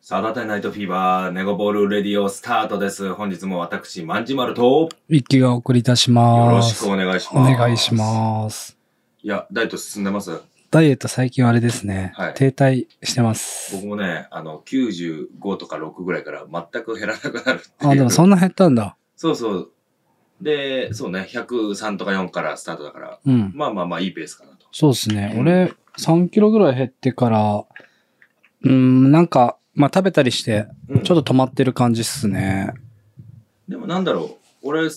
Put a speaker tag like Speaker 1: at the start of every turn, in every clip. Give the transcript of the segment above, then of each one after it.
Speaker 1: サタデーナイトフィーバー、ネゴボールレディオスタートです。本日も私、マンジマルと、
Speaker 2: 一気がお送りいたし
Speaker 1: よろ
Speaker 2: ま
Speaker 1: し
Speaker 2: す。
Speaker 1: くお
Speaker 2: し
Speaker 1: 願いします。
Speaker 2: お願いします。
Speaker 1: す。いや、ダイエット進んでます
Speaker 2: ダイエット最近はあれですね、
Speaker 1: はい
Speaker 2: 停滞してます
Speaker 1: 僕。もね、あの、95とか6ぐらいから全く減らなくなるっていう。
Speaker 2: あ、でもそんな減ったんだ。
Speaker 1: そうそう。で、そうね、103とか4からスタートだから、
Speaker 2: うん。
Speaker 1: まあまあまあいいペースかなと。
Speaker 2: そうですね。
Speaker 1: うん
Speaker 2: 俺、3キロぐらい減ってから、うーん、なんか、まあ食べたりして、
Speaker 1: うん、
Speaker 2: ちょっと止まってる感じっすね。
Speaker 1: でもなんだろう、俺、好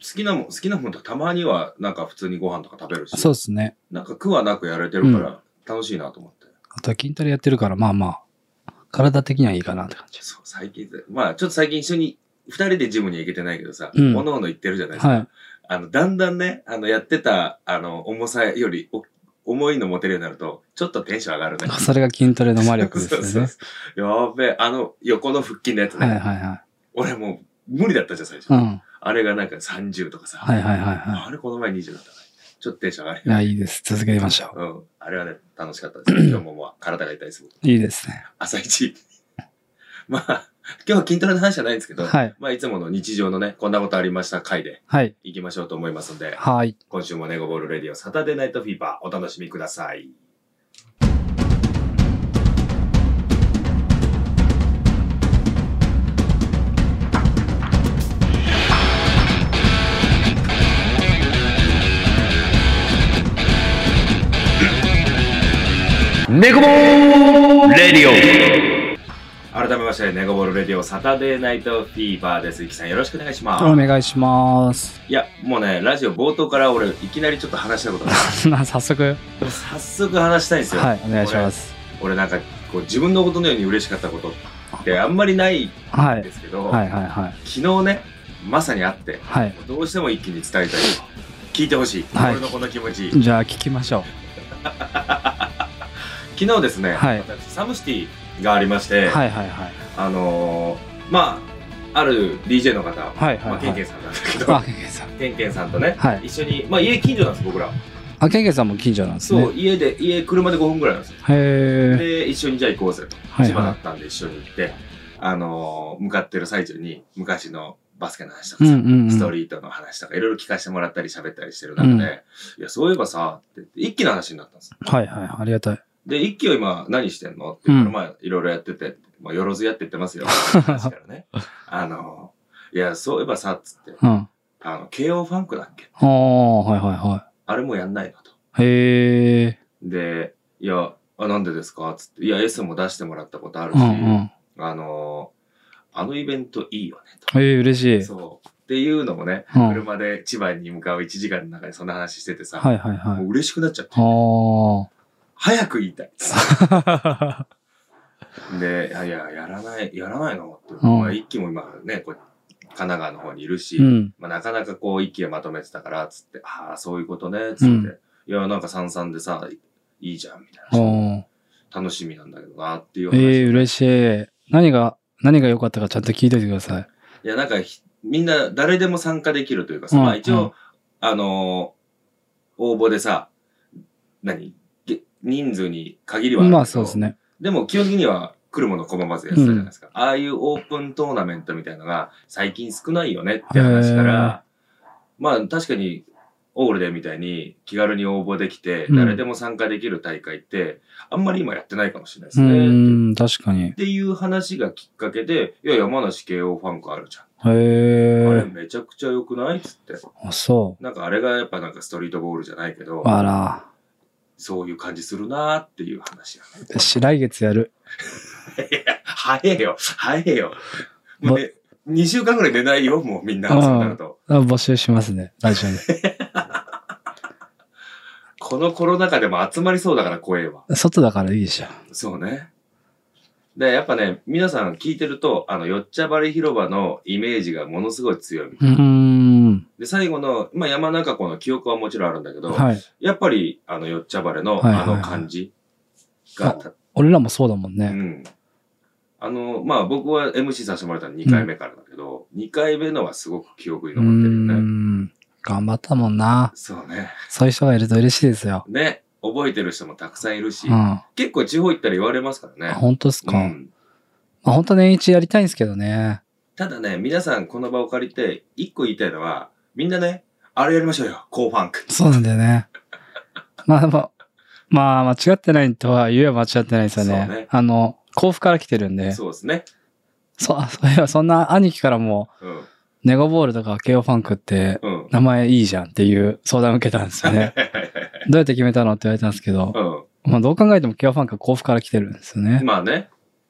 Speaker 1: きなもん、好きなもんとたまにはなんか普通にご飯とか食べるし、
Speaker 2: そうですね。
Speaker 1: なんか苦はなくやれてるから楽しいなと思って。
Speaker 2: あとは筋トレやってるから、まあまあ、体的にはいいかなって感じ。
Speaker 1: そう、最近、まあちょっと最近一緒に、二人でジムには行けてないけどさ、
Speaker 2: うん
Speaker 1: おのおの行ってるじゃないですか。
Speaker 2: はい。
Speaker 1: あの、だんだんね、あの、やってた、あの、重さよりお、重いの持てるようになると、ちょっとテンション上がるね。
Speaker 2: それが筋トレの魔力ですよね。
Speaker 1: そうそうそうやべえ、あの、横の腹筋のやつね。
Speaker 2: はいはいはい。
Speaker 1: 俺もう、無理だったじゃん、最初。
Speaker 2: うん。
Speaker 1: あれがなんか30とかさ。
Speaker 2: はいはいはいは
Speaker 1: あれ、この前20だったから、ちょっとテンション上がる
Speaker 2: い。いや、いいです。続けましょ
Speaker 1: うん。あれはね、楽しかった です。今日もまあ、体が痛いです。
Speaker 2: う。いいですね。
Speaker 1: 朝一。 まあ、今日は筋トレの話じゃないんですけど、
Speaker 2: はい。
Speaker 1: まあ、いつもの日常のね、こんなことありました回で
Speaker 2: はい。
Speaker 1: 行きましょうと思いますので、
Speaker 2: はい。
Speaker 1: 今週もネゴボールレディオサタデーナイトフィーバーお楽しみください。
Speaker 2: ネコボー
Speaker 1: レディオ改めまして、ネゴボールレディオサタデーナイトフィーバーです。いきさんよろしくお願いします。
Speaker 2: お願いします。
Speaker 1: いや、もうね、ラジオ冒頭から俺、いきなりちょっと話したいことがあ
Speaker 2: な早速、
Speaker 1: る早速話したいんですよ。
Speaker 2: はい、お願いします。
Speaker 1: 俺なんかこう自分のことのように嬉しかったことってあんまりないん
Speaker 2: はい
Speaker 1: で。すけど、
Speaker 2: はいはいはい。
Speaker 1: 昨日ねまさに会って
Speaker 2: はい。
Speaker 1: どうしても一気に伝えたい聞いてほしい、
Speaker 2: はい
Speaker 1: 俺のこの気持ち
Speaker 2: じゃあ聞きましょ
Speaker 1: 昨日ですね、
Speaker 2: はい
Speaker 1: 私サムシティがありまして、
Speaker 2: う。はいはいはい。
Speaker 1: あのーまあある DJ の方、
Speaker 2: はい
Speaker 1: まあ、
Speaker 2: はい
Speaker 1: ケン
Speaker 2: は
Speaker 1: ケン
Speaker 2: い。
Speaker 1: さんなんだけど、
Speaker 2: あ、ケンケンさん。
Speaker 1: ケンケンさんとね、
Speaker 2: はい
Speaker 1: 一緒に、まあ、家近所なんです僕ら
Speaker 2: あ、ケンケンさんも近所なんです
Speaker 1: そう、
Speaker 2: ね。
Speaker 1: 家で家車で5分ぐらいなんですよ
Speaker 2: へえ。
Speaker 1: で一緒にじゃあ行こうぜと
Speaker 2: はいはい
Speaker 1: 千葉だったんで一緒に行って、あのー向かってる最中に昔のバスケの話とかさ、
Speaker 2: うんうんうん
Speaker 1: ストリートの話とかいろいろ聞かせてもらったり喋ったりしてる中で、
Speaker 2: うん
Speaker 1: いやそういえばさって言って一気の話になったんです
Speaker 2: はいはい。ありがたい。
Speaker 1: で一気を今何してんのって言ったら、
Speaker 2: うん
Speaker 1: まあいろいろやってて、まあ、よろずやってってます よ話からねあのーいやそういえばさっつって
Speaker 2: うん。
Speaker 1: あの KO ファンクだっけ
Speaker 2: ああ、はいはいは
Speaker 1: あれもうやんないのと
Speaker 2: い。へえ。
Speaker 1: でいやあなんでですかっつっていや S も出してもらったことある
Speaker 2: う
Speaker 1: し、
Speaker 2: んうん。
Speaker 1: あのーあのイベントいいよねと。
Speaker 2: ええ、嬉しい。うん。
Speaker 1: そう。っていうのもね、
Speaker 2: はい
Speaker 1: 車で千葉に向かう1時間の中でそんな話しててさ、
Speaker 2: はいは
Speaker 1: も
Speaker 2: い。
Speaker 1: う嬉しくなっちゃって、
Speaker 2: あ
Speaker 1: 早く言いたい。
Speaker 2: あ。
Speaker 1: で、いやいや、やらない、やらないのって。
Speaker 2: うん
Speaker 1: まあ、一期も今ね、こう神奈川の方にいるし、
Speaker 2: うん。
Speaker 1: まあ、なかなかこう一期をまとめてたから、つって、ああ、そういうことね、つって、
Speaker 2: うん
Speaker 1: いや、なんか三々でさ、いいじゃん、みた
Speaker 2: あ
Speaker 1: いな。
Speaker 2: あ。
Speaker 1: 楽しみなんだけどな、っていう話。
Speaker 2: ええ、嬉しい。何が、何が良かったかちゃんと聞いといてください。
Speaker 1: いや、なんかひ、みんな誰でも参加できるというかさ、
Speaker 2: うん
Speaker 1: まあ一応、
Speaker 2: うん
Speaker 1: あのー応募でさ、何げ人数に限りはあるけど、
Speaker 2: まあそうですね。
Speaker 1: でも基本的には来るもの拒まずやってたじゃないですか。ああいうオープントーナメントみたいなのが最近少ないよねって話から、まあ確かにオールデンみたいに気軽に応募できて、
Speaker 2: うん
Speaker 1: 誰でも参加できる大会って、あんまり今やってないかもしれないで
Speaker 2: う
Speaker 1: すね。
Speaker 2: ーん、確かに
Speaker 1: っ。ていう話がきっかけで、いや、山梨慶応ファンクあるじゃん。
Speaker 2: へ
Speaker 1: あれ
Speaker 2: え。
Speaker 1: めちゃくちゃ良くないっつって。
Speaker 2: あ、そ
Speaker 1: なんかあれがやっぱなんかストリートボールじゃないけど
Speaker 2: う。、あら。
Speaker 1: そういう感じするなーっていう話やね。
Speaker 2: 私、来月やる。
Speaker 1: いや、早えよ、早えよ。もうね、2週間ぐらい寝ないよ、もうみんな、そうなると。
Speaker 2: あ募集しますね。ラジオで。
Speaker 1: このコロナ禍でも集まりそうだから怖えわ。
Speaker 2: 外だからいいでしょ。
Speaker 1: そうね。で、やっぱね、皆さん聞いてると、あの、よっちゃばり広場のイメージがものすごい強い。
Speaker 2: うーん。
Speaker 1: で、最後の、まあ、山中湖の記憶はもちろんあるんだけど、
Speaker 2: はい。
Speaker 1: やっぱり、あの、よっちゃばれの、
Speaker 2: はいはいはい
Speaker 1: あの感じがた
Speaker 2: 俺らもそうだもん
Speaker 1: う
Speaker 2: ね。
Speaker 1: ん。あの、まあ僕は MC させてもらったの2回目からだけど、二2回目のはすごく記憶に
Speaker 2: うー
Speaker 1: 残ってるよね。
Speaker 2: ん。頑張ったもんな。
Speaker 1: そうね。
Speaker 2: そういう人がいると嬉しいですよ。
Speaker 1: ね。覚えてる人もたくさんいるし、
Speaker 2: うん。
Speaker 1: 結構地方行ったら言われますからね。
Speaker 2: 本当っすか。
Speaker 1: うん
Speaker 2: まあ本当年一やりたいんですけどね。
Speaker 1: ただね、皆さんこの場を借りて、一個言いたいのは、みんなね、あれやりましょうよ、コーファンク。
Speaker 2: そうなんだよね。まあ、まあ、まあ、間違ってないとは言えば間違ってないですよね。
Speaker 1: そうね
Speaker 2: あの、甲府から来てるんで。そ
Speaker 1: そうですね。
Speaker 2: う、そういえ ばそんな兄貴からも、
Speaker 1: うん。
Speaker 2: ネゴボールとか KO ファンクって
Speaker 1: うん。
Speaker 2: 名前いいじゃんっていう相談を受けたんですよね。どうやって決めたのって言われたんですけど、まあどう考えても KO ファンクは甲府から来てるんですよ
Speaker 1: うん。
Speaker 2: ね。
Speaker 1: まあね。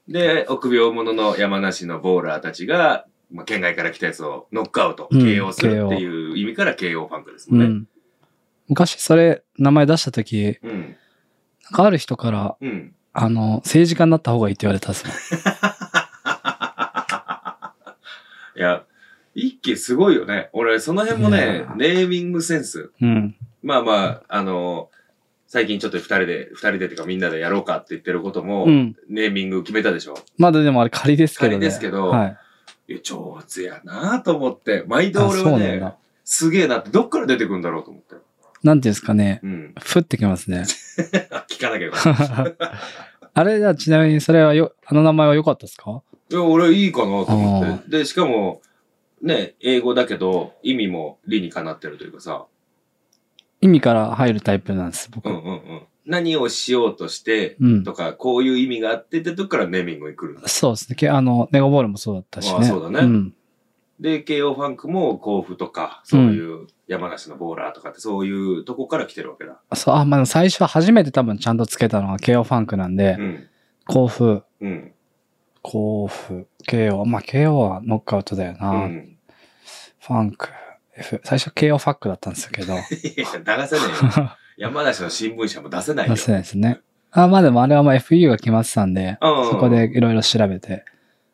Speaker 1: で、臆病者の山梨のボーラーたちが、まあ、県外から来たやつをノックアウト、
Speaker 2: うん
Speaker 1: KO するっていう意味から KO ファンクですも
Speaker 2: うん
Speaker 1: ね。
Speaker 2: ん。昔それ名前出した時、
Speaker 1: うん。
Speaker 2: なんかある人から、
Speaker 1: うん。
Speaker 2: あの、政治家になった方がいいって言われたんですよ。
Speaker 1: いや、一家すごいよね。俺、その辺も
Speaker 2: い
Speaker 1: ね
Speaker 2: や、ー
Speaker 1: ネーミングセンス。
Speaker 2: うん。
Speaker 1: まあまあ、あの、最近ちょっと二人で、二人でとかみんなでやろうかって言ってることも、
Speaker 2: うん。
Speaker 1: ネーミング決めたでしょ。
Speaker 2: まだでもあれ仮ですけどね。
Speaker 1: 仮ですけど
Speaker 2: はい。
Speaker 1: いや、上手やなと思って、毎度
Speaker 2: あ
Speaker 1: 俺
Speaker 2: そ
Speaker 1: は
Speaker 2: うなん
Speaker 1: ね
Speaker 2: だ、。
Speaker 1: すげえなって、どっから出てくるんだろうと思って。
Speaker 2: なんていうんですかね。
Speaker 1: うん。
Speaker 2: 降ってきますね。
Speaker 1: あ聞かなきゃよかった。
Speaker 2: あれじゃあちなみにそれはよ、あの名前は良かったですか
Speaker 1: いや、俺いいかなと思
Speaker 2: あ
Speaker 1: って。で、しかも、ね、英語だけど、意味も理にかなってるというかさ、
Speaker 2: 意味から入るタイプなんです、僕。
Speaker 1: う
Speaker 2: うんん。
Speaker 1: うんうん。何をしようとして、とか、こういう意味があってってとこからネーミングに来るんだ。
Speaker 2: そうですねけ。あの、ネゴボールもそうだったし
Speaker 1: あ
Speaker 2: ね。
Speaker 1: そうだね
Speaker 2: ん。
Speaker 1: で、KO ファンクも甲府とか、そういう山梨のボーラーとかって、そういうとこから来てるわけだ。
Speaker 2: そう、あ、まあ最初は初めて多分ちゃんとつけたのは KO ファンクなんで
Speaker 1: う、ん。
Speaker 2: 甲府、
Speaker 1: うん。
Speaker 2: 甲府、KO。まあ KO はノックアウトだよ
Speaker 1: う
Speaker 2: な。
Speaker 1: ん。
Speaker 2: ファンク、F。最初 KO ファックだったんですけど。
Speaker 1: いや、流せないよ。 山梨の新聞社も出せないよ。
Speaker 2: 出せないですね。あ、まあでもあれはまあ FU が決まってたんで、
Speaker 1: うんうんうん
Speaker 2: そこでいろいろ調べて、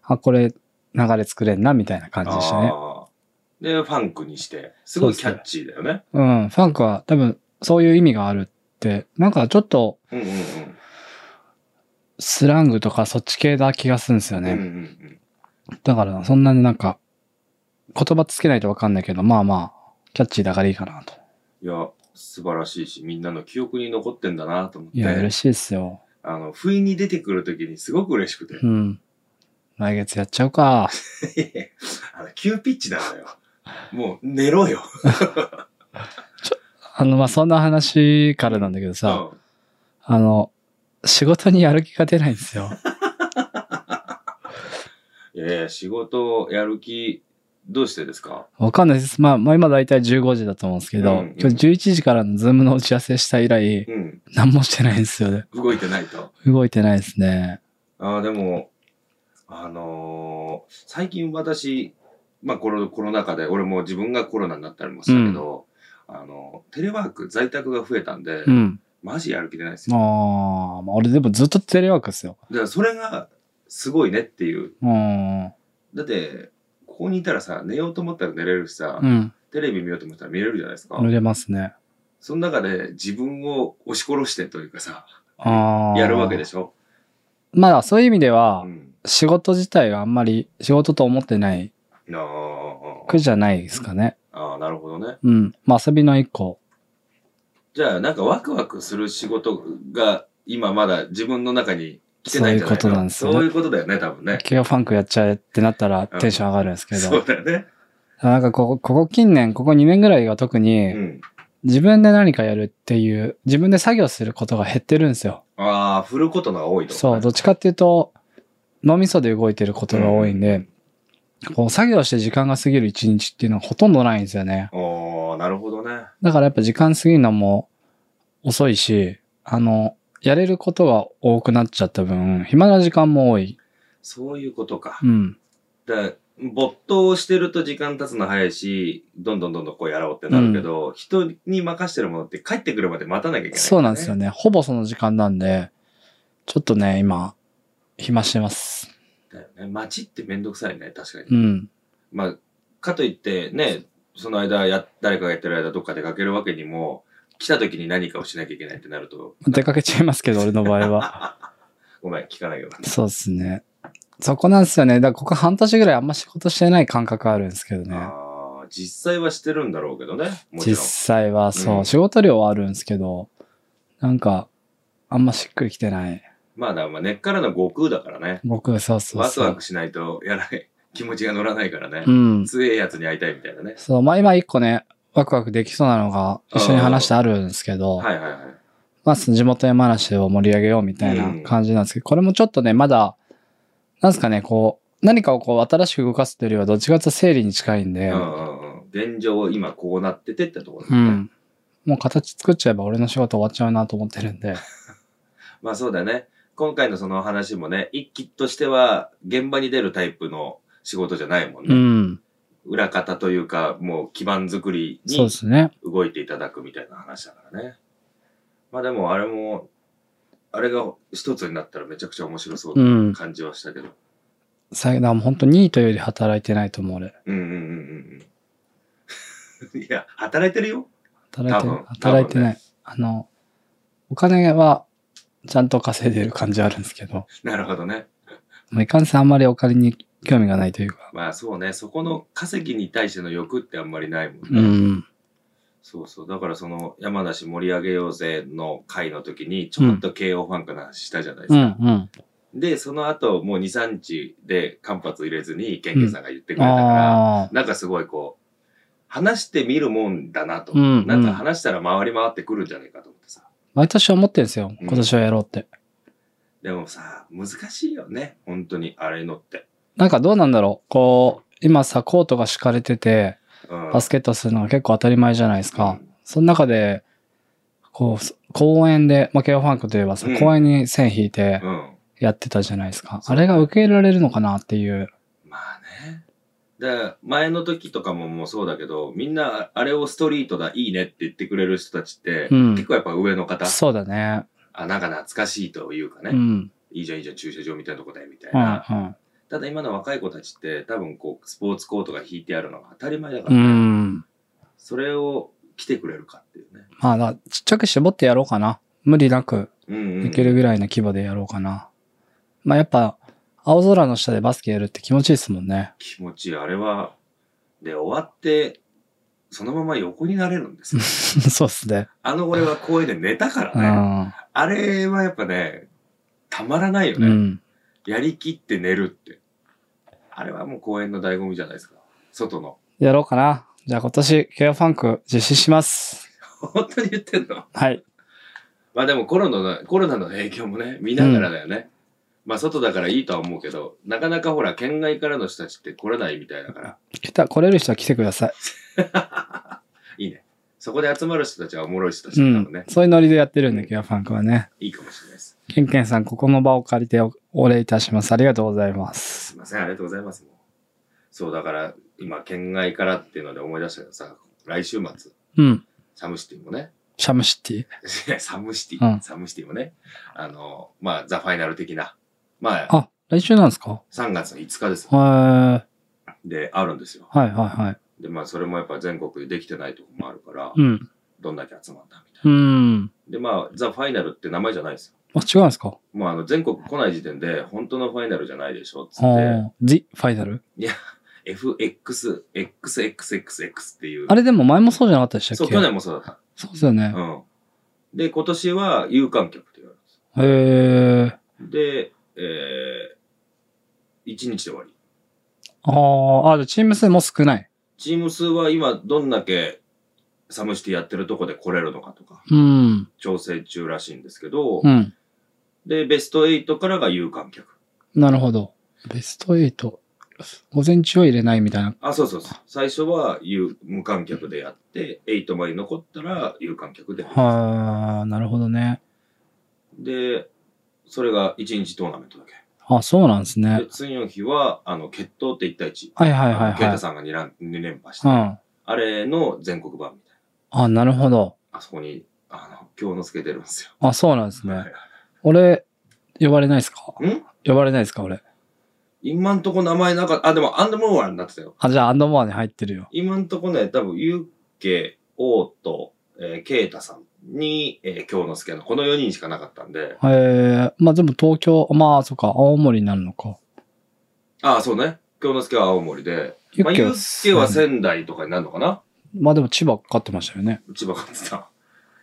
Speaker 2: あ、これ流れ作れんな、みたいな感じでしたね。
Speaker 1: あーで、ファンクにして、すごいキャッチーだよね。
Speaker 2: うん。ファンクは多分そういう意味があるって、なんかちょっと
Speaker 1: うんうん
Speaker 2: スラングとかそっち系な気がするんですよ
Speaker 1: うん。うんう
Speaker 2: ね。
Speaker 1: ん
Speaker 2: だからそんなになんか、言葉つけないとわかんないけど、まあまあ、キャッチーだからいいかなと。
Speaker 1: うん。いや、素晴らしいし、みんなの記憶に残ってんだなと思っ
Speaker 2: いや、
Speaker 1: て
Speaker 2: 嬉、しいですよ。
Speaker 1: あの、不意に出てくるときにすごく嬉しくて
Speaker 2: う、ん。来月やっちゃうか。
Speaker 1: あの、急ピッチなんだよ。もう、寝ろよ。
Speaker 2: あの、まあそんな話からなんだけどさ、
Speaker 1: うん
Speaker 2: あの、仕事にやる気が出ないんですよ。
Speaker 1: いやいや、仕事をやる気、どうしてですか
Speaker 2: わかんないです。まあ、まあ今だいたい15時だと思うんですけど、
Speaker 1: うんうん
Speaker 2: 今日11時からのズームの打ち合わせした以来、
Speaker 1: うん。
Speaker 2: 何もしてないんですよね。
Speaker 1: 動いてないと。
Speaker 2: 動いてないですね。
Speaker 1: ああ、でも、あのー最近私、まあコロ、コロナ禍で、俺も自分がコロナになったりもしたけど、あの、テレワーク、在宅が増えたんで、
Speaker 2: うん。
Speaker 1: マジやる気出ないです
Speaker 2: あ
Speaker 1: よ。
Speaker 2: ーまあ、俺でもずっとテレワークですよ。
Speaker 1: だからそれが、すごいねっていう。
Speaker 2: うん。
Speaker 1: だって、ここにいたらさ、寝ようと思ったら寝れるしさ、
Speaker 2: うん。
Speaker 1: テレビ見ようと思ったら見れるじゃないですか。
Speaker 2: 売れますね。
Speaker 1: その中で自分を押し殺してというかさ、
Speaker 2: ああ。
Speaker 1: やるわけでしょ。
Speaker 2: まあ、そういう意味では、
Speaker 1: うん。
Speaker 2: 仕事自体はあんまり仕事と思ってない
Speaker 1: なあ
Speaker 2: 苦じゃないですかね。
Speaker 1: ああ、なるほどね。
Speaker 2: うん。まあ、遊びの一個。
Speaker 1: じゃあ、なんかワクワクする仕事が今まだ自分の中に来て
Speaker 2: そ
Speaker 1: ない
Speaker 2: う
Speaker 1: ん
Speaker 2: いう
Speaker 1: じゃな
Speaker 2: こ
Speaker 1: いか
Speaker 2: となんですよね
Speaker 1: そういうことだよね、多分ね。
Speaker 2: ケオファンクやっちゃえってなったらテンション上がるんですけど。
Speaker 1: そうだよね。
Speaker 2: なんかここ、ここ近年、ここ2年ぐらいが特に、
Speaker 1: うん。
Speaker 2: 自分で何かやるっていう、自分で作業することが減ってるんですよ。
Speaker 1: ああ、振ることが多いと、
Speaker 2: そう、どっちかっていうと、脳みそで動いてることが多いんで、こう作業して時間が過ぎる一日っていうのはほとんどないんですよね。
Speaker 1: おー、なるほどね。
Speaker 2: だからやっぱ時間過ぎるのも遅いし、あの、やれることが多くなっちゃった分、暇な時間も多い。
Speaker 1: そういうことか。
Speaker 2: うん。
Speaker 1: だ没頭してると時間経つの早いし、どんどんどんどんこうやろうってなるけど、人に任してるものって帰ってくるまで待たなきゃいけない、
Speaker 2: そうなんですよ
Speaker 1: ね。
Speaker 2: ね。ほぼその時間なんで、ちょっとね、今、暇してます。
Speaker 1: だよね。待ちってめんどくさいね、確かに。
Speaker 2: うん。
Speaker 1: まあ、かといってね、その間や、誰かがやってる間どっか出かけるわけにも、来た時に何かをしなきゃいけないってなると、
Speaker 2: 出かけちゃいますけど、俺の場合は。
Speaker 1: ごめん、聞かないよ。
Speaker 2: そうですね。そこなんですよね。だからここ半年ぐらいあんま仕事してない感覚あるんですけどね。
Speaker 1: あー実際はしてるんだろうけどね、もち
Speaker 2: 実
Speaker 1: ろん。
Speaker 2: 際はそう、
Speaker 1: うん
Speaker 2: 仕事量はあるんですけど、なんか、あんましっくりきてない。
Speaker 1: まあだ、まあ、根っからの悟空だからね。
Speaker 2: 僕はそうそう
Speaker 1: ワク
Speaker 2: そう。
Speaker 1: ワクしないとやらない。 気持ちが乗らないからね。
Speaker 2: うん。
Speaker 1: 強えやつに会いたいみたいなね。
Speaker 2: そう、まあ今一個ね、ワクワクできそうなのが一緒に話してあるんですけど、
Speaker 1: はいはいはい。
Speaker 2: まあその地元山梨を盛り上げようみたいな感じなんですけど、これもちょっとね、まだ、なんですかね、こう、何かをこう新しく動かすというよりはどっちかというと整理に近いんで、
Speaker 1: うんうんうん。現状、今こうなっててってところだ
Speaker 2: う
Speaker 1: ね。
Speaker 2: ん。もう形作っちゃえば俺の仕事終わっちゃうなと思ってるんで。
Speaker 1: まあそうだね。今回のその話もね、一期としては現場に出るタイプの仕事じゃないもん
Speaker 2: う
Speaker 1: ね。
Speaker 2: ん。
Speaker 1: 裏方というか、もう基盤作り
Speaker 2: そう
Speaker 1: に
Speaker 2: ですね。
Speaker 1: 動いていただくみたいな話だからね。まあでもあれも、あれが一つになったらめちゃくちゃ面白そう
Speaker 2: う。
Speaker 1: なん感じはしたけど。
Speaker 2: 最後、本当にいいというより働いてないと思う俺。
Speaker 1: うんうんうんうん。 いや、働いてるよ。
Speaker 2: 働いて
Speaker 1: 多分
Speaker 2: 働いてない。あの、お金はちゃんと稼いでる感じあるんですけど、
Speaker 1: なるほどね。
Speaker 2: もういかんせんあんまりお金に興味がないというか。
Speaker 1: まあそうね、そこの稼ぎに対しての欲ってあんまりないもんね。
Speaker 2: うん。
Speaker 1: そうそう。だからその山梨盛り上げようぜの会の時に、ちょっと慶応ファンかな話したじゃないです
Speaker 2: うんう
Speaker 1: か。
Speaker 2: ん。
Speaker 1: で、その後もう2、3日で間髪入れずに、ケンケンさんが言ってくれたから、
Speaker 2: ああ。
Speaker 1: なんかすごいこう、話してみるもんだなと。
Speaker 2: うんうん
Speaker 1: なんか話したら回り回ってくるんじゃないかと思ってさ。
Speaker 2: 毎年思ってるんですよ。
Speaker 1: うん
Speaker 2: 今年はやろうって。
Speaker 1: でもさ、難しいよね。本当に、あれのって。
Speaker 2: なんかどうなんだろう。こう、今さ、コートが敷かれてて、
Speaker 1: うん
Speaker 2: バスケットするのが結構当たり前じゃないです
Speaker 1: う
Speaker 2: か
Speaker 1: ん。
Speaker 2: その中で、こうそ、公園で、まあ、ケオファンクといえばさ
Speaker 1: う、ん
Speaker 2: 公園に線引いて
Speaker 1: うん。
Speaker 2: やってたじゃないですか。
Speaker 1: そ
Speaker 2: あ
Speaker 1: う
Speaker 2: れが受け入れられるのかなっていう。
Speaker 1: まあね。で、前の時とかももうそうだけど、みんなあれをストリートだ、いいねって言ってくれる人たちって、
Speaker 2: うん
Speaker 1: 結構やっぱ上の方、
Speaker 2: そうだね。
Speaker 1: あ、なんか懐かしいというかね、
Speaker 2: うん。
Speaker 1: いいじゃんいいじゃん駐車場みたいなとこだよみたい
Speaker 2: うん
Speaker 1: な。
Speaker 2: うん。
Speaker 1: ただ今の若い子たちって多分こう、スポーツコートが引いてあるのが当たり前だか
Speaker 2: う
Speaker 1: ら、
Speaker 2: ん。
Speaker 1: それを来てくれるかっていうね。
Speaker 2: まあ、だからちっちゃく絞ってやろうかな。無理なく
Speaker 1: うん、うん。
Speaker 2: できるぐらいの規模でやろうかな。まあ、やっぱ、青空の下でバスケやるって気持ちいいですもんね。
Speaker 1: 気持ちいい。あれは、で、終わって、そのまま横になれるんですよ。
Speaker 2: そうっすね。
Speaker 1: あの俺は公園で寝たから
Speaker 2: う
Speaker 1: ね。
Speaker 2: ん。
Speaker 1: あれはやっぱね、たまらないよね。
Speaker 2: うん。
Speaker 1: やりきって寝るって。あれはもう公園の醍醐味じゃないですか。外の。
Speaker 2: やろうかな。じゃあ今年、ケアファンク実施します。
Speaker 1: 本当に言ってんの
Speaker 2: はい。
Speaker 1: まあでもコロナの、コロナの影響もね、見ながらだよね。まあ外だからいいとは思うけど、なかなかほら、県外からの人たちって来れないみたいだから、
Speaker 2: 来た、来れる人は来てください。
Speaker 1: いいね。そこで集まる人たちはおもろい人たち
Speaker 2: う
Speaker 1: だからね、
Speaker 2: ん。そういうノリでやってるん
Speaker 1: う
Speaker 2: で、
Speaker 1: ん
Speaker 2: ケアファンクはね。
Speaker 1: いいかもしれないです。
Speaker 2: ケンケンさん、ここの場を借りておお礼いたします。ありがとうございます
Speaker 1: い
Speaker 2: す。
Speaker 1: ません、ありがとうございます。もうそう、だから今、県外からっていうので思い出したけどさ、来週末、
Speaker 2: うん。
Speaker 1: サムシティもね、
Speaker 2: シャムシティ。
Speaker 1: サムシティ、
Speaker 2: うん
Speaker 1: サムシティもね、あの、まあ、ザ・ファイナル的な、まあ、
Speaker 2: あ、来週なんですか
Speaker 1: 3月の5日です。
Speaker 2: は
Speaker 1: で、あるんですよ。
Speaker 2: い、はい、はい。
Speaker 1: で、まあ、それもやっぱ全国でできてないとこもあるから、
Speaker 2: うん。
Speaker 1: どんだけ集まったみたいな。
Speaker 2: うん。
Speaker 1: で、まあ、ザ・ファイナルって名前じゃないですよ。
Speaker 2: あ、違うんですか
Speaker 1: もう、あの、全国来ない時点で、本当のファイナルじゃないでしょ、つ
Speaker 2: あ
Speaker 1: っ
Speaker 2: あ、The Final?
Speaker 1: て、FX、XXXX っていう。
Speaker 2: あれでも前もそうじゃなかったでしたっけ
Speaker 1: そう、去年もそうだっ
Speaker 2: そうですよね
Speaker 1: た。。うん。で、今年は有観客って言われます。
Speaker 2: へえ。
Speaker 1: で、えー、1日で終わり。
Speaker 2: ああ、あ、じゃあチーム数も少ない。
Speaker 1: チーム数は今どんだけサムシティやってるとこで来れるのかとか
Speaker 2: うん。
Speaker 1: 調整中らしいんですけど、
Speaker 2: うん。
Speaker 1: でベスト8からが有観客
Speaker 2: なるほど。ベスト8。午前中は入れないみたいな。
Speaker 1: あそうそうそう最初は有無観客でやって8まで残ったら有観客で
Speaker 2: はあ、なるほどね。
Speaker 1: でそれが1日トーナメントだけ
Speaker 2: あ、そうなんですね
Speaker 1: で。次の日はあの決闘って1対1
Speaker 2: はいはいはい
Speaker 1: あの啓
Speaker 2: は
Speaker 1: 太
Speaker 2: い。
Speaker 1: さんが 2, ラン2連覇し
Speaker 2: う
Speaker 1: た、
Speaker 2: ん。
Speaker 1: あれの全国版みたい
Speaker 2: あ、なるほど。
Speaker 1: なあそこにあの京之助出るんですよ
Speaker 2: あ、そうなんです
Speaker 1: は
Speaker 2: ね
Speaker 1: い。
Speaker 2: 俺、呼ばれないですか
Speaker 1: ん
Speaker 2: 呼ばれないですか俺。
Speaker 1: 今んとこ名前なかったあでもアンドモーアになってたよ
Speaker 2: あ、じゃあアンドモアに入ってるよ。
Speaker 1: 今んとこね、多分、ユッケ、オート、えー、ケイタさんに、えー、京之助のこの4人しかなかったんで、
Speaker 2: へえ、まあでも東京、まあそっか、青森になるのか。
Speaker 1: ああ、そうね。京之助は青森で、
Speaker 2: ユ
Speaker 1: まあ、
Speaker 2: ッケ
Speaker 1: ユ
Speaker 2: は
Speaker 1: ッケは仙台とかになるのかな
Speaker 2: まあでも千葉勝ってましたよね。
Speaker 1: うちばかってた。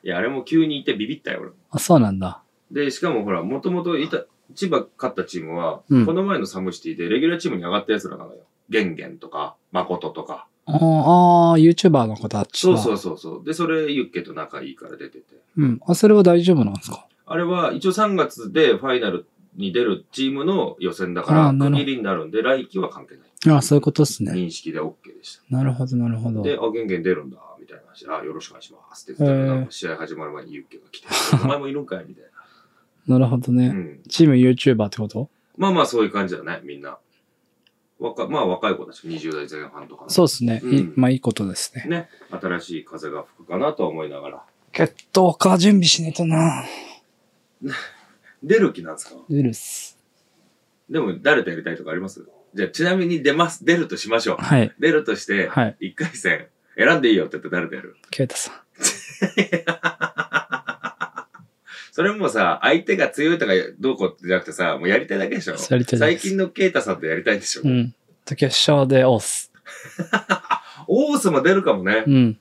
Speaker 1: いや、あれも急にいてビビったよ、俺も。
Speaker 2: あ、そうなんだ。
Speaker 1: で、しかもほら、もともといた、千葉勝ったチームは、
Speaker 2: うん
Speaker 1: この前のサムシティでレギュラーチームに上がった奴らなのよ。ゲンゲンとか、誠とか。
Speaker 2: あーあー、YouTuber の子たち
Speaker 1: そう
Speaker 2: は。。
Speaker 1: そううそうそう。で、それユッケと仲いいから出てて。
Speaker 2: うん。あ、それは大丈夫なんですか
Speaker 1: あれは一応3月でファイナルに出るチームの予選だか
Speaker 2: あー
Speaker 1: ら、
Speaker 2: なるほど
Speaker 1: 区切りになるんで、来季は関係ない。
Speaker 2: あそういうことっすね。
Speaker 1: 認識で OK でした。
Speaker 2: なるほど、なるほど。
Speaker 1: で、あ、ゲンゲン出るんだ、みたいな話で、あ、よろしくお願いしますって言ってたら
Speaker 2: へー
Speaker 1: なんか試合始まる前にユッケが来て、お前もいるんかいみたい
Speaker 2: なるほど
Speaker 1: な。う
Speaker 2: ね。
Speaker 1: ん。
Speaker 2: チーム YouTuber ってこと
Speaker 1: まあまあそういう感じだね、みんな。若まあ若い子たち、20代前半とかの
Speaker 2: そうですね。い
Speaker 1: うん
Speaker 2: まあ、いいことですね。
Speaker 1: ね、新しい風が吹くかなとは思いながら。
Speaker 2: 決闘か、準備しねえとな。
Speaker 1: 出る気なんですか
Speaker 2: ウルス。
Speaker 1: でも誰とやりたいとかありますじゃあちなみに出ます、出るとしましょう。
Speaker 2: はい。
Speaker 1: 出るとして、
Speaker 2: はい。
Speaker 1: 一回戦、選んでいいよって言って誰とやる
Speaker 2: ケイタさん。
Speaker 1: それもさ、相手が強いとかどうこうじゃなくてさ、もうやりたいだけでしょ
Speaker 2: やりたいだけ
Speaker 1: 最
Speaker 2: です
Speaker 1: 近のケイタさんとやりたいんでしょ、
Speaker 2: うん。と決勝でオース。
Speaker 1: 王様出るかもね
Speaker 2: う。ん。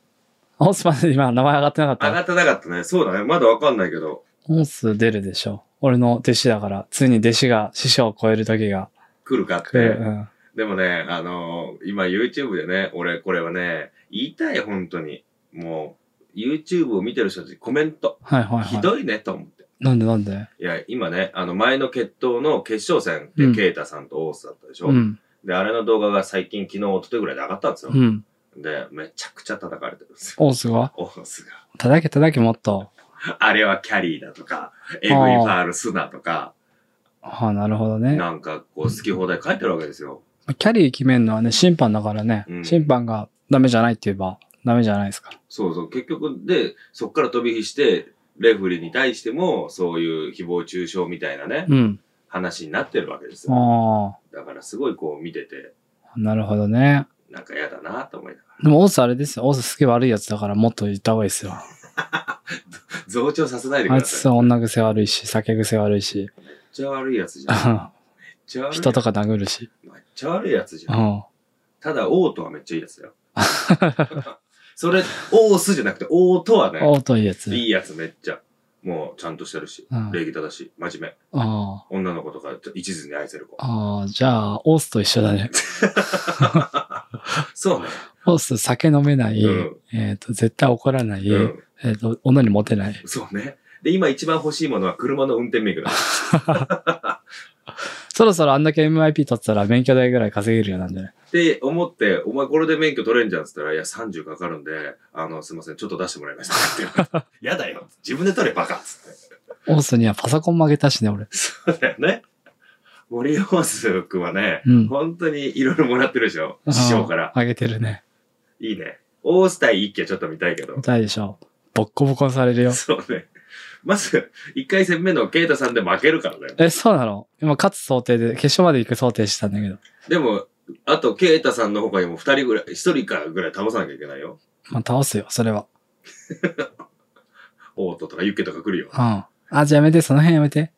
Speaker 2: オースまで今、名前上がってなかっ
Speaker 1: 上
Speaker 2: た。
Speaker 1: がってなかったね。そうだね。まだわかんないけど、
Speaker 2: オース出るでしょ。俺の弟子だから、ついに弟子が師匠を超える時が
Speaker 1: 来るかって。
Speaker 2: 来る。うん。
Speaker 1: でもね、あのー今 YouTube でね、俺これはね、言いたい、本当に。もう、YouTube を見てる人たちコメント、
Speaker 2: はいはい
Speaker 1: ひ
Speaker 2: は
Speaker 1: どいねと思って。
Speaker 2: い。なんでなんで
Speaker 1: いや、今ね、あの前の決闘の決勝戦で、
Speaker 2: うん
Speaker 1: ケイタさんとオースだったでしょ、
Speaker 2: うん。
Speaker 1: で、あれの動画が最近昨日、一昨日ぐらいで上がったんですよ
Speaker 2: う。ん。
Speaker 1: で、めちゃくちゃ叩かれてるんですよ。
Speaker 2: オースが
Speaker 1: オースが。
Speaker 2: 叩け叩けもっと。
Speaker 1: あれはキャリーだとか、エグいファールすなとか、
Speaker 2: ああ、なるほどね。
Speaker 1: なんかこう好き放題書いてるわけですよ。
Speaker 2: キャリー決めるのはね、審判だからね。
Speaker 1: うん
Speaker 2: 審判がダメじゃないって言えば、ダメじゃないですから。
Speaker 1: そうそう。結局、で、そっから飛び火して、レフェリーに対しても、そういう誹謗中傷みたいなね、
Speaker 2: うん。
Speaker 1: 話になってるわけですよ。
Speaker 2: あ
Speaker 1: だからすごいこう見てて、
Speaker 2: あ、なるほどね。
Speaker 1: なんか嫌だなと思いながら。
Speaker 2: でも、オースあれですよ。オースすげえ悪いやつだから、もっと言った方がいいですよ。
Speaker 1: 増長させないでく
Speaker 2: あい
Speaker 1: だ
Speaker 2: つ
Speaker 1: さい。めっ
Speaker 2: 女癖悪いし、酒癖悪いし、
Speaker 1: ちゃ悪いやつじゃん。めっちゃ悪いやつ。
Speaker 2: 人とか殴るし。
Speaker 1: めっちゃ悪いやつじ
Speaker 2: う
Speaker 1: ゃん。
Speaker 2: ん。
Speaker 1: ただ、王とはめっちゃいいやつだよ。それ、オースじゃなくて、王とはね、
Speaker 2: おうといいやつ。
Speaker 1: いいやつめっちゃ。もう、ちゃんとしてるし、
Speaker 2: うん
Speaker 1: 礼儀正しい、真面
Speaker 2: あ
Speaker 1: 目。女の子とか、一途に愛せる子
Speaker 2: あ。。ああ、じゃあ、オースと一緒 だね。
Speaker 1: そうね。
Speaker 2: オース酒飲めない、
Speaker 1: うん
Speaker 2: えっ、と、絶対怒らない、
Speaker 1: うん。
Speaker 2: えっ、と、女にモテない。
Speaker 1: そうね。で、今一番欲しいものは車の運転免許だ。
Speaker 2: そろそろあんだけ MIP 取ってたら免許代ぐらい稼げるようなんじゃない
Speaker 1: って思って、お前これで免許取れんじゃんっつったら、いや、30かかるんで、あの、すいません、ちょっと出してもらいましたって言われて。 やだよ。自分で取れ、バカっつって。
Speaker 2: オースにはパソコン曲げたしね、俺。
Speaker 1: そうだよ ね。森ホース君はね、
Speaker 2: うん
Speaker 1: 本当にいろいろもらってるでしょ。 師匠から。
Speaker 2: ああ。上げてるね。
Speaker 1: いいね。オース対一家ちょっと見たいけど
Speaker 2: 見。たいでしょ。ボッコボコにされるよ。
Speaker 1: そうね。まず、1回戦目のケイタさんで負けるからね。
Speaker 2: え、そうなの今、勝つ想定で、決勝まで行く想定してたんだけど。
Speaker 1: でも、あと、ケイタさんの他にも2人ぐらい、1人かぐらい倒さなきゃいけないよ。
Speaker 2: まあ、倒すよ、それは。
Speaker 1: オートとかユッケとか来るよ。
Speaker 2: うん。あ、じゃあやめて、その辺やめて。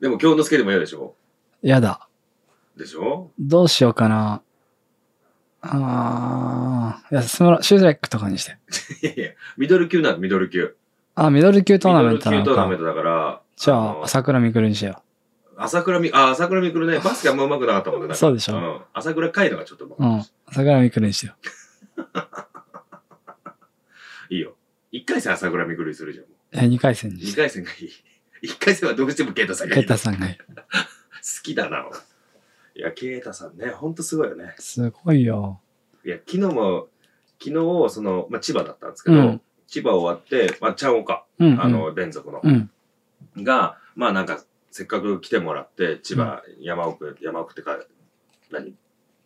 Speaker 1: でも、京之助でも嫌でしょ
Speaker 2: やだ。
Speaker 1: でしょ
Speaker 2: どうしようかな。ああ、いや、スムラ、シューレックとかにして。
Speaker 1: いやいや、ミドル級なの、ミドル級。
Speaker 2: あ、ミドル級トーナメン
Speaker 1: ミ
Speaker 2: ト
Speaker 1: ド
Speaker 2: な
Speaker 1: ル級
Speaker 2: の
Speaker 1: トーナメン
Speaker 2: か。
Speaker 1: トだから。
Speaker 2: じ
Speaker 1: あ
Speaker 2: ゃあ、
Speaker 1: の
Speaker 2: 朝倉未来にしよ
Speaker 1: 朝倉み、あ、朝倉みくるね、バスケあんま上手くなかったもんね。なんか
Speaker 2: そうでしょ
Speaker 1: ん。朝倉海のがちょっと上手
Speaker 2: う。う
Speaker 1: か
Speaker 2: ん
Speaker 1: った。。
Speaker 2: 朝倉未来にしよう。
Speaker 1: いいよ。1回戦朝倉みくるにするじゃん。
Speaker 2: え、2回戦に
Speaker 1: 2
Speaker 2: して。
Speaker 1: 回戦がいい。1回戦はどうしてもケイタさんがい
Speaker 2: ケ
Speaker 1: い。
Speaker 2: イタさんがいい。
Speaker 1: 好きだな。俺いや、ケイタさんね、ほんとすごいよね。
Speaker 2: すごいよ。
Speaker 1: いや、昨日も、昨日、その、まあ、千葉だったんですけど、
Speaker 2: うん
Speaker 1: 千葉終わって、まあ、ちゃんおか、
Speaker 2: うん、うん。
Speaker 1: あの、連続の、
Speaker 2: うん。
Speaker 1: が、まあ、なんか、せっかく来てもらって、千葉、山奥、山奥ってか、何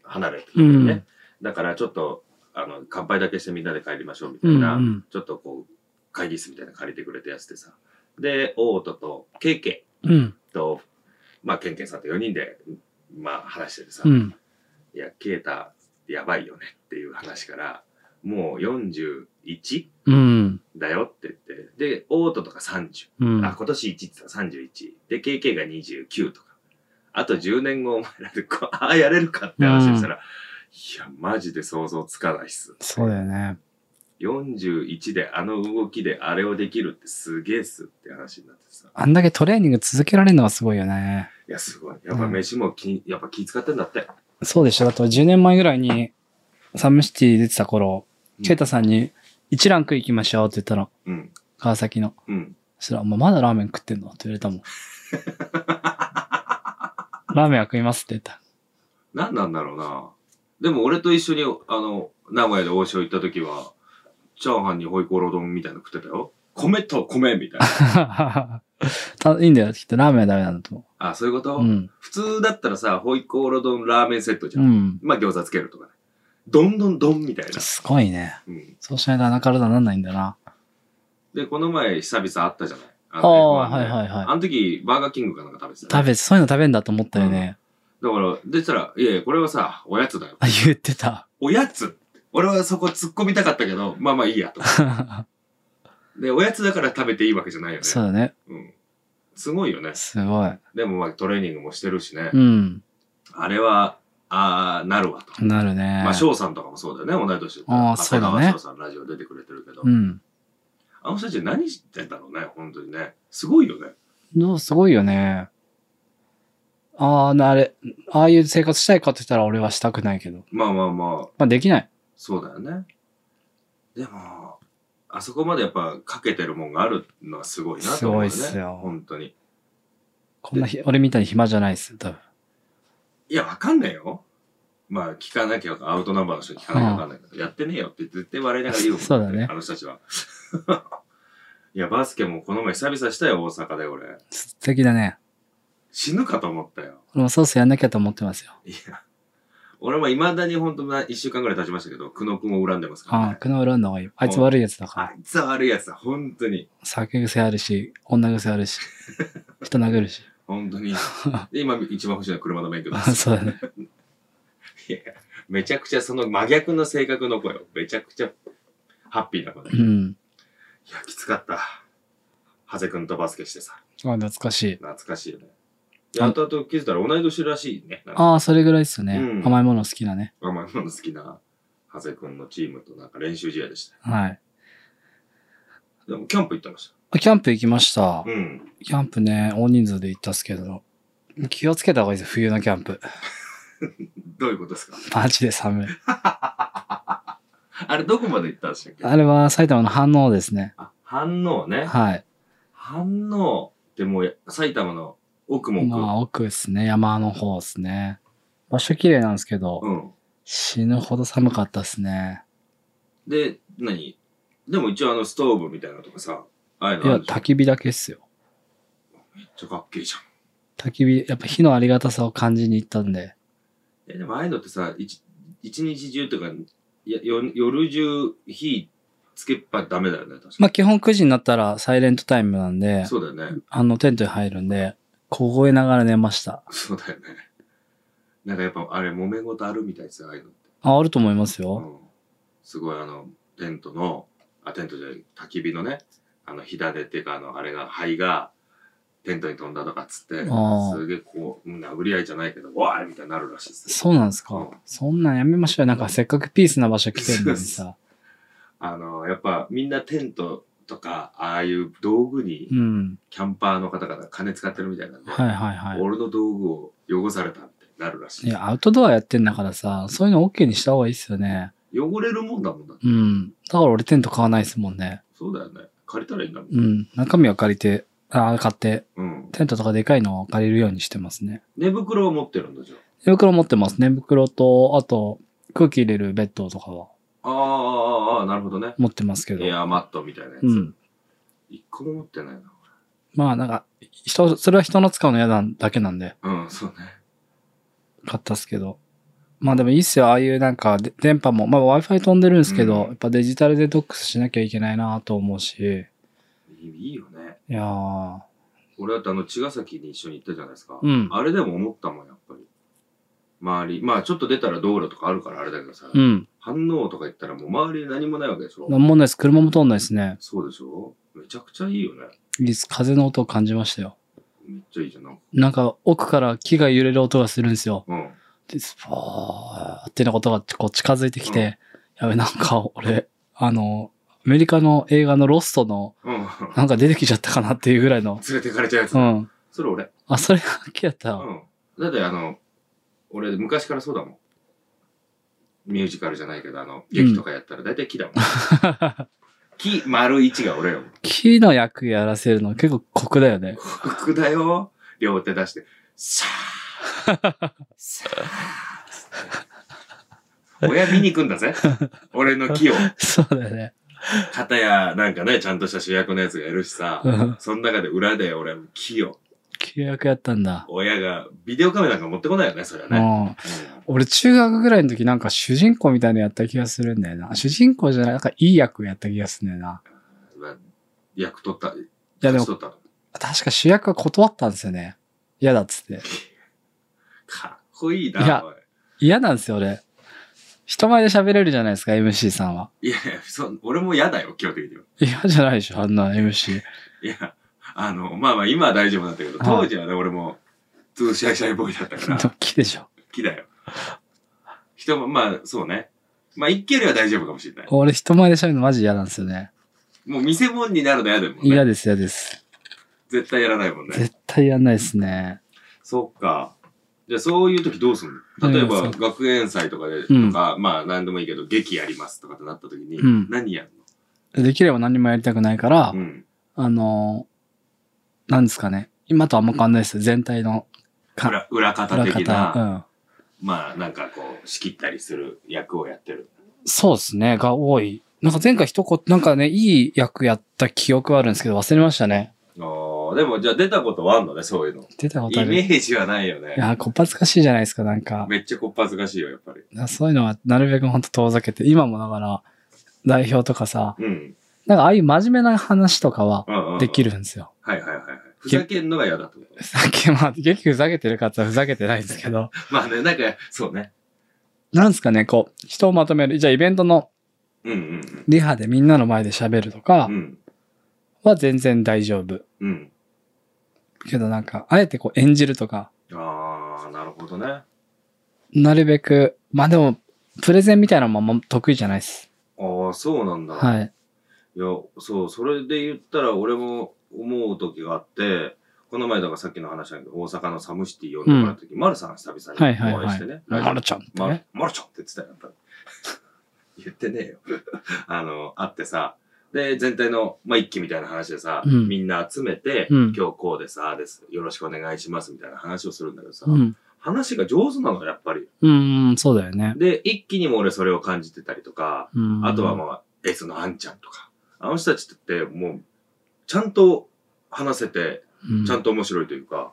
Speaker 1: 離れてる
Speaker 2: うん。
Speaker 1: ね。だから、ちょっと、あの、乾杯だけしてみんなで帰りましょう、みた
Speaker 2: う
Speaker 1: い
Speaker 2: ん。う
Speaker 1: な、
Speaker 2: ん。
Speaker 1: ちょっとこう、会議室みたいなの借りてくれたやつでさ。で、オートと、ケイケ
Speaker 2: うん。
Speaker 1: と、まあ、ケンケンさんと4人で、まあ、話しててさ、
Speaker 2: うん。
Speaker 1: いや、ケータ、やばいよねっていう話から、もう 41?
Speaker 2: うん。
Speaker 1: だよって言って、で、オートとか30。
Speaker 2: うん。
Speaker 1: あ、今年1って言ったら31。で、KK が29とか。あと10年後お前らでこう、 ああ、やれるかって話をしたら、いや、マジで想像つかないっす。
Speaker 2: そうだよね。
Speaker 1: 41であの動きであれをできるってすげえっすって話になってさ。
Speaker 2: あんだけトレーニング続けられるのはすごいよね。
Speaker 1: いや、すごい。やっぱ飯も気、やっぱ気使ってんだって。
Speaker 2: そうでしょ。だと10年前ぐらいにサムシティ出てた頃、ケイタさんに一ランク行きましょうって言ったの。
Speaker 1: うん。
Speaker 2: 川崎の。
Speaker 1: うん。
Speaker 2: そしたら、お前まだラーメン食ってんのって言われ たもん。ラーメンは食いますって言った。
Speaker 1: 何なんだろうな。でも俺と一緒に、あの、名古屋で王将行った時は、チャーハンにホイコーロー丼みたいなの食ってたよ。米と米みたい な。
Speaker 2: たいいんだよ。きっとラーメンはダメなんだと思
Speaker 1: あ、そういうこと、
Speaker 2: う。うん。
Speaker 1: 普通だったらさ、ホイコーロー丼ラーメンセットじゃ。
Speaker 2: うんん。
Speaker 1: まあ餃子つけるとかね。どんどんどんみたいな。
Speaker 2: すごいね。
Speaker 1: うん。
Speaker 2: そうしないとあの体になんないんだな。
Speaker 1: で、この前久々会ったじゃない。あ
Speaker 2: ああ、はい
Speaker 1: い。
Speaker 2: はいは
Speaker 1: あの時、バーガーキングかなんか食べて
Speaker 2: い。
Speaker 1: た、
Speaker 2: 食べ、そういうの食べんだと思ったよね。
Speaker 1: だから、でしたら、いやいや、これはさ、おやつだよ。
Speaker 2: あ、 言ってた。
Speaker 1: おやつ俺はそこ突っ込みたかったけど、まあまあいいやと。で、おやつだから食べていいわけじゃないよね。
Speaker 2: そうだね。
Speaker 1: うん。すごいよね。
Speaker 2: すごい。
Speaker 1: でもまあトレーニングもしてるしね。
Speaker 2: うん。
Speaker 1: あれは、ああ、なるわと。
Speaker 2: なるね。
Speaker 1: まあ、翔さんとかもそうだよね、同い年だった
Speaker 2: あーそうだ
Speaker 1: 長
Speaker 2: ね
Speaker 1: 谷川翔さんラジオ出てくれてるけど。
Speaker 2: うん。
Speaker 1: あの人たち何してんだろうね、本当にね。すごいよね。
Speaker 2: どうすごいよね。ああ、なあれ、ああいう生活したいかって言ったら俺はしたくないけど。
Speaker 1: まあまあまあ、
Speaker 2: まあできない。
Speaker 1: そうだよね。でも、あそこまでやっぱかけてるもんがあるのはすごいなと思うよね。
Speaker 2: すごいっすよ
Speaker 1: 本当に。
Speaker 2: こんなひ、俺みたいに暇じゃないですよ、多分。
Speaker 1: いや、わかんないよ。まあ、聞かなきゃ、アウトナンバーの人に聞かなきゃわかんないけど、やってねえよって絶対笑いながら言うもん、
Speaker 2: そうだね
Speaker 1: あの人たちは。 いや、バスケもこの前久々したよ、大阪で俺。
Speaker 2: 素敵だね。
Speaker 1: 死ぬかと思ったよ。
Speaker 2: 俺もソースやんなきゃと思ってますよ。
Speaker 1: いや、俺も未だに本当な1週間ぐらい経ちましたけど、久野君を恨んでますから
Speaker 2: ああ、
Speaker 1: ね。
Speaker 2: クノーランの方がいい。あいつ悪いやつだから。
Speaker 1: あいつは悪いやつだ、本当に。
Speaker 2: 酒癖あるし、女癖ある し、人殴るし。
Speaker 1: 本当 に。で、今一番欲しいのは車の免許で
Speaker 2: あ
Speaker 1: す。
Speaker 2: そうだね。
Speaker 1: いやめちゃくちゃその真逆の性格の子よ。めちゃくちゃハッピーな子で。
Speaker 2: う
Speaker 1: いや、
Speaker 2: ん。
Speaker 1: きつかった。ハゼ君とバスケしてさ、
Speaker 2: あ懐かしい。
Speaker 1: 懐かしいよね。で、後々気づいたら同い年らしいね。なんか
Speaker 2: ああ、それぐらいっすよね。
Speaker 1: うん
Speaker 2: 甘いもの好きなね。
Speaker 1: 甘いもの好きなハゼ君のチームとなんか練習試合でした。
Speaker 2: はい。
Speaker 1: でもキャンプ行ってまし
Speaker 2: あキャンプ行きました
Speaker 1: た。。うん。
Speaker 2: キャンプね、大人数で行ったっすけど、気をつけた方がいいですよ、冬のキャンプ。
Speaker 1: どういうことですか
Speaker 2: マジで寒い。
Speaker 1: あれどこまで行ったんでしたっけ
Speaker 2: あれは埼玉の反応ですね。
Speaker 1: あ、反応ね。
Speaker 2: はい。
Speaker 1: 反応ってもう埼玉の奥も奥。
Speaker 2: まあ奥ですね、山の方ですね。場所綺麗なんですけど、
Speaker 1: うん。
Speaker 2: 死ぬほど寒かったですね。
Speaker 1: で、何でも一応あのストーブみたいなのとかさ、ああいう
Speaker 2: い
Speaker 1: のあ
Speaker 2: や、
Speaker 1: るじゃん
Speaker 2: 焚き火だけっすよ。
Speaker 1: めっちゃかっけえじゃん。
Speaker 2: 焚き火、やっぱ火のありがたさを感じに行ったんで、
Speaker 1: え、でもああいうのってさ、一一日中とか、いやよ夜中火つけっぱダメだよね、確か
Speaker 2: まあ基本9時になったらサイレントタイムなんで、
Speaker 1: そうだよね。
Speaker 2: あのテントに入るんで、凍えながら寝ました。
Speaker 1: そうだよね。なんかやっぱあれ揉め事あるみたいですよ、ああいうのって。
Speaker 2: あ、あると思います
Speaker 1: う
Speaker 2: よ。
Speaker 1: ん。すごいあの、テントの、あ、テントじゃない、焚き火のね、あの火種っていうかあの、あれが、灰が、テントに飛んだとかっつって、
Speaker 2: ー
Speaker 1: すげえこう、うん殴り合いじゃないけど、わーいみたいになるらしいですよ。
Speaker 2: そうなんですか。
Speaker 1: うん
Speaker 2: そんなんやめましょうよ。なんかせっかくピースな場所来てるのにさ。
Speaker 1: あの、やっぱみんなテントとか、ああいう道具に
Speaker 2: う、ん。
Speaker 1: キャンパーの方々金使ってるみたいなんで、
Speaker 2: はいはいはい。
Speaker 1: 俺の道具を汚されたみたいになるらしい
Speaker 2: い。や、アウトドアやってんだからさ、そういうの OK にした方がいいっすよね。
Speaker 1: 汚れるもんだもんだって。
Speaker 2: うん。だから俺テント買わないですもんね。
Speaker 1: そうだよね。借りたらいいんだもん。
Speaker 2: うん。中身は借りて、あー買って、
Speaker 1: うん。
Speaker 2: テントとかでかいのを借りるようにしてますね。
Speaker 1: 寝袋を持ってるんだじゃん。
Speaker 2: 寝袋持ってます。寝袋と、あと、空気入れるベッドとかは
Speaker 1: あーあー、あーあー、なるほどね。
Speaker 2: 持ってますけど
Speaker 1: エ。アーマットみたいなやつ。
Speaker 2: うん。
Speaker 1: 一個も持ってないな。
Speaker 2: まあなんか、人、それは人の使うの嫌なんだけなんで、
Speaker 1: うん、そうね。
Speaker 2: 買ったっすけど。まあでもいいっすよ。ああいうなんか、で電波も、まあ Wi-Fi 飛んでるんですけど、
Speaker 1: うん
Speaker 2: やっぱデジタルデトックスしなきゃいけないなと思うし。
Speaker 1: いいいいよね。
Speaker 2: いやー。
Speaker 1: 俺だってあの、茅ヶ崎に一緒に行ったじゃないですか。
Speaker 2: うん
Speaker 1: あれでも思ったもん、やっぱり。周り。まあ、ちょっと出たら道路とかあるからあれだけどさ。
Speaker 2: うん。
Speaker 1: 反応とか言ったらもう周り何もないわけでしょ。
Speaker 2: なんもないです。車も通んないですね。
Speaker 1: そうでしょめちゃくちゃいいよね。
Speaker 2: いいです。風の音を感じましたよ。
Speaker 1: めっちゃいいじゃん。なんか
Speaker 2: なんか奥から木が揺れる音がするんですよ。
Speaker 1: うん。
Speaker 2: で、スパーってなことがこう近づいてきて、やべ、なんか俺、あの、アメリカの映画のロストの、
Speaker 1: うん。
Speaker 2: なんか出てきちゃったかなっていうぐらいの。
Speaker 1: 連れてかれちゃうやつ
Speaker 2: う。ん。
Speaker 1: それ俺。
Speaker 2: あ、それが秋やったわ。
Speaker 1: うん。だってあの、俺昔からそうだもん。ミュージカルじゃないけど、あの、劇とかやったら大体木だもん。 木丸一が俺よ。
Speaker 2: 木の役やらせるの結構酷だ よね。
Speaker 1: 服だよ。両手出して、さ あ。さあつって。親見に行くんだぜ。俺の木を。
Speaker 2: そうだよね。
Speaker 1: 片や、なんかね、ちゃんとした主役のやつがいるしさ
Speaker 2: う。ん
Speaker 1: その中で裏で俺、木を。
Speaker 2: 木の役やったんだ。
Speaker 1: 親が、ビデオカメラなんか持ってこないよね、そりゃ
Speaker 2: う
Speaker 1: ね。
Speaker 2: ん。俺中学ぐらいの時なんか主人公みたいなのやった気がするんだよな。主人公じゃない、なんかいい役やった気がするんだよな。
Speaker 1: うんまあ役取った。い
Speaker 2: やでも
Speaker 1: 取った。
Speaker 2: 確か主役は断ったんですよね。嫌だっつって。
Speaker 1: かっこいい
Speaker 2: いや
Speaker 1: な、おい。
Speaker 2: 嫌なんですよ、俺。人前で喋れるじゃないですか、MC さんは。
Speaker 1: いやいや、そ俺も嫌だよ、基本的には。
Speaker 2: 嫌じゃないでしょ、あんな MC。
Speaker 1: いや、あの、まあまあ、今は大丈夫なんだけど、
Speaker 2: はい
Speaker 1: 当時はね、俺も、ずっとシャイシャイボーイだったから、
Speaker 2: ド
Speaker 1: 好
Speaker 2: ッキリでしょ。
Speaker 1: きだよ。人も、まあ、そうね。まあ、一気よりは大丈夫かもしれない。
Speaker 2: 俺人前で喋るのマジ嫌なんですよね。
Speaker 1: もう見せ物になるの嫌だもん
Speaker 2: 嫌
Speaker 1: ね。
Speaker 2: です、嫌です。
Speaker 1: 絶対やらないもんね。
Speaker 2: 絶対やんないですね。
Speaker 1: そっか。じゃあ、そういう時どうすんの例え
Speaker 2: う
Speaker 1: ば、
Speaker 2: ん
Speaker 1: 学園祭とかで、と
Speaker 2: うん
Speaker 1: か、まあ、何でもいいけど、劇やりますとかってなった時に
Speaker 2: うん、
Speaker 1: 何やる
Speaker 2: できれば何もやりたくないから
Speaker 1: のう、ん。
Speaker 2: あのー、なんですかね。今とあんま変わんないです。全体のか
Speaker 1: 裏裏方
Speaker 2: 裏
Speaker 1: 的
Speaker 2: 方。う
Speaker 1: な、
Speaker 2: ん。
Speaker 1: まあ、なんかこう、仕切ったりする役をやってる。
Speaker 2: そうですね、が多い。なんか前回一言、なんかね、いい役やった記憶はあるんですけど、忘れましたね。
Speaker 1: ああ、でもじゃあ出たことはあんのね、そういうの。
Speaker 2: 出たことあ
Speaker 1: イメ
Speaker 2: る。い
Speaker 1: ージはないよね。
Speaker 2: やー、こっぱずかしいじゃないですか、なんか。
Speaker 1: めっちゃこっぱずかしいよ、やっぱり。
Speaker 2: そういうのはなるべくほんと遠ざけて、今もだから、代表とかさ、
Speaker 1: うん。
Speaker 2: なんかああいう真面目な話とかは
Speaker 1: うんうんうん
Speaker 2: でき。るんですよ。
Speaker 1: はいはいはいはい。ふざけんのが嫌だってこと。
Speaker 2: さっきまあ、劇ふざけてるかって言ったらふざけてないんですけど、
Speaker 1: まあね、なんか、そうね。
Speaker 2: なんですかね、こう、人をまとめる。じゃあイベントの
Speaker 1: うん
Speaker 2: リハでみんなの前で喋るとか
Speaker 1: うんうん。うん。
Speaker 2: は全然大丈夫。
Speaker 1: うん。
Speaker 2: けどなんか、あえてこう演じるとか、
Speaker 1: ああ、なるほどね。
Speaker 2: なるべく、まあでも、プレゼンみたいなのもあんま得意じゃないです。
Speaker 1: ああ、そうなんだ。い。
Speaker 2: はい。
Speaker 1: や、そう、それで言ったら俺も思う時があって、この前だからさっきの話だけど、大阪のサムシティ呼んでもらった時、マルさん久々
Speaker 2: はい
Speaker 1: に
Speaker 2: はい
Speaker 1: お会い
Speaker 2: は
Speaker 1: してね
Speaker 2: い。。マルちゃんって
Speaker 1: ま
Speaker 2: ね。
Speaker 1: マルちゃんって言ってたよ、 やっぱり。言ってねえよ。 あの、あってさ、で、全体の、まあ、一期みたいな話でさ、
Speaker 2: うん
Speaker 1: みんな集めて、
Speaker 2: うん
Speaker 1: 今日こうでさ、です。よろしくお願いします、みたいな話をするんだけどさ、
Speaker 2: うん。
Speaker 1: 話が上手なの、やっぱり。
Speaker 2: うんうん、そうだよね。
Speaker 1: で、一期にも俺それを感じてたりとか、
Speaker 2: うん。
Speaker 1: あとはまあ、エースのあんちゃんとか、あの人たちってもう、ちゃんと話せて、
Speaker 2: うん
Speaker 1: ちゃんと面白いというか、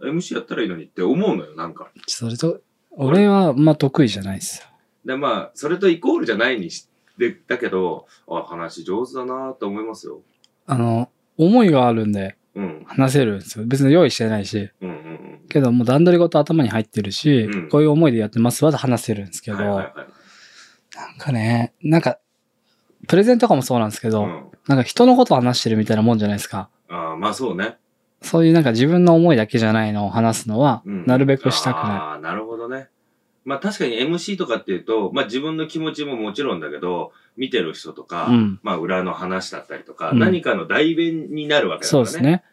Speaker 1: MC やったらいいのにって思うのよ、なんか。
Speaker 2: それと、俺は、まあ、得意じゃないですよ。
Speaker 1: で、まあ、それとイコールじゃないにし、で、だけど、あ、話上手だなと思いますよ。
Speaker 2: あの、思いがあるんで、
Speaker 1: うん、
Speaker 2: 話せるんですよ。別に用意してないし。
Speaker 1: うん、うん
Speaker 2: けど、もう段取りごと頭に入ってるし、
Speaker 1: うん
Speaker 2: こういう思いでやってますわと話せるんです
Speaker 1: う
Speaker 2: け
Speaker 1: ん。
Speaker 2: ど、
Speaker 1: はいはいはい。
Speaker 2: なんかね、なんか、プレゼンとかもそうなんですけ
Speaker 1: う
Speaker 2: ど、
Speaker 1: ん。
Speaker 2: なんか人のことを話してるみたいなもんじゃないですか。
Speaker 1: あーまあそうね。
Speaker 2: そういうなんか自分の思いだけじゃないのを話すのは、
Speaker 1: うん。
Speaker 2: なるべくしたくない。
Speaker 1: ああ、なるほどね。まあ確かに MC とかっていうと、まあ自分の気持ちももちろんだけど、見てる人とか、
Speaker 2: うん
Speaker 1: まあ裏の話だったりとか、
Speaker 2: うん
Speaker 1: 何かの代弁になるわけだか
Speaker 2: そう
Speaker 1: らね。
Speaker 2: です。ね。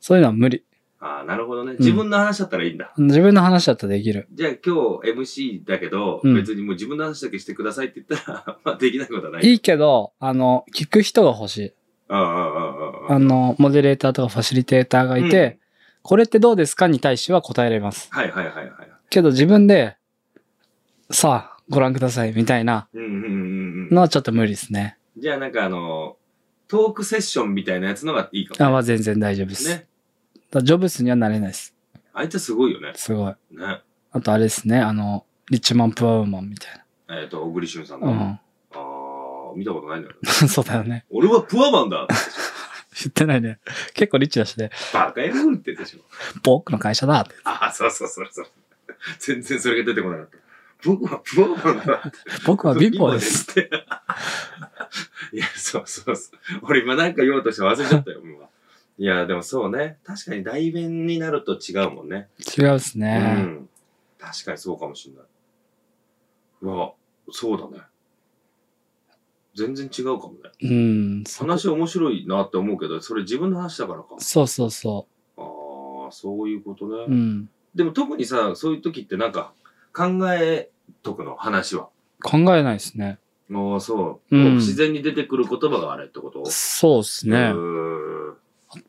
Speaker 2: そういうのは無理。
Speaker 1: ああ、なるほどね。自分の話だったらいいんだ。
Speaker 2: 自分の話だったらできる。
Speaker 1: じゃあ今日 MC だけど、
Speaker 2: うん
Speaker 1: 別にもう自分の話だけしてくださいって言ったら、 まあできないことはない。
Speaker 2: いいけど、あの、聞く人が欲しい。
Speaker 1: うんうんうんうんうん。
Speaker 2: あの、モデレーターとかファシリテーターがいて、
Speaker 1: うん
Speaker 2: これってどうですかに対しては答えられます。
Speaker 1: はいはいはいはい。
Speaker 2: けど自分で、さあ、ご覧ください、みたいな
Speaker 1: うんうんうんうん。
Speaker 2: のはちょっと無理ですね。
Speaker 1: じゃあなんかあの、トークセッションみたいなやつのがいいか
Speaker 2: あ
Speaker 1: も、
Speaker 2: は全然大丈夫です。
Speaker 1: ね。
Speaker 2: だジョブスにはなれないです。
Speaker 1: あいつすごいよね。
Speaker 2: すごい。
Speaker 1: ね。
Speaker 2: あとあれですね、あの、リッチマン・プアウーマンみたい
Speaker 1: えっ、と、小栗旬さんの。あ
Speaker 2: な。
Speaker 1: あ見たことないんだけど。
Speaker 2: うん。 そうだよね。
Speaker 1: 俺はプアマンだ
Speaker 2: 言ってないね。結構リッチだしね。
Speaker 1: バカ野郎って言ってでしょ。
Speaker 2: 僕の会社だって。
Speaker 1: ああ、そうそうそうそう。全然それが出てこなかった。僕はプアマンだ。
Speaker 2: 僕は貧乏です。
Speaker 1: 貧乏ですって。いや、そうそうそう。俺今なんか言おうとして忘れちゃったよ、今。いや、でもそうね。確かに代弁になると違うもんね。
Speaker 2: 違うです
Speaker 1: う
Speaker 2: ね。
Speaker 1: ん。確かにそうかもしれない。うわ、そうだね。全然違うかもね。
Speaker 2: うん。そ
Speaker 1: 話面白いなって思うけど、それ自分の話だからか。
Speaker 2: そうそうそ
Speaker 1: ああ、そういうことね。
Speaker 2: う。うん。
Speaker 1: でも特にさ、そういう時ってなんか、考えとくの、話は。
Speaker 2: 考えないですね。
Speaker 1: ああ、そう。
Speaker 2: うん
Speaker 1: もう自然に出てくる言葉があれってこと
Speaker 2: そうです
Speaker 1: う
Speaker 2: ね。
Speaker 1: ーん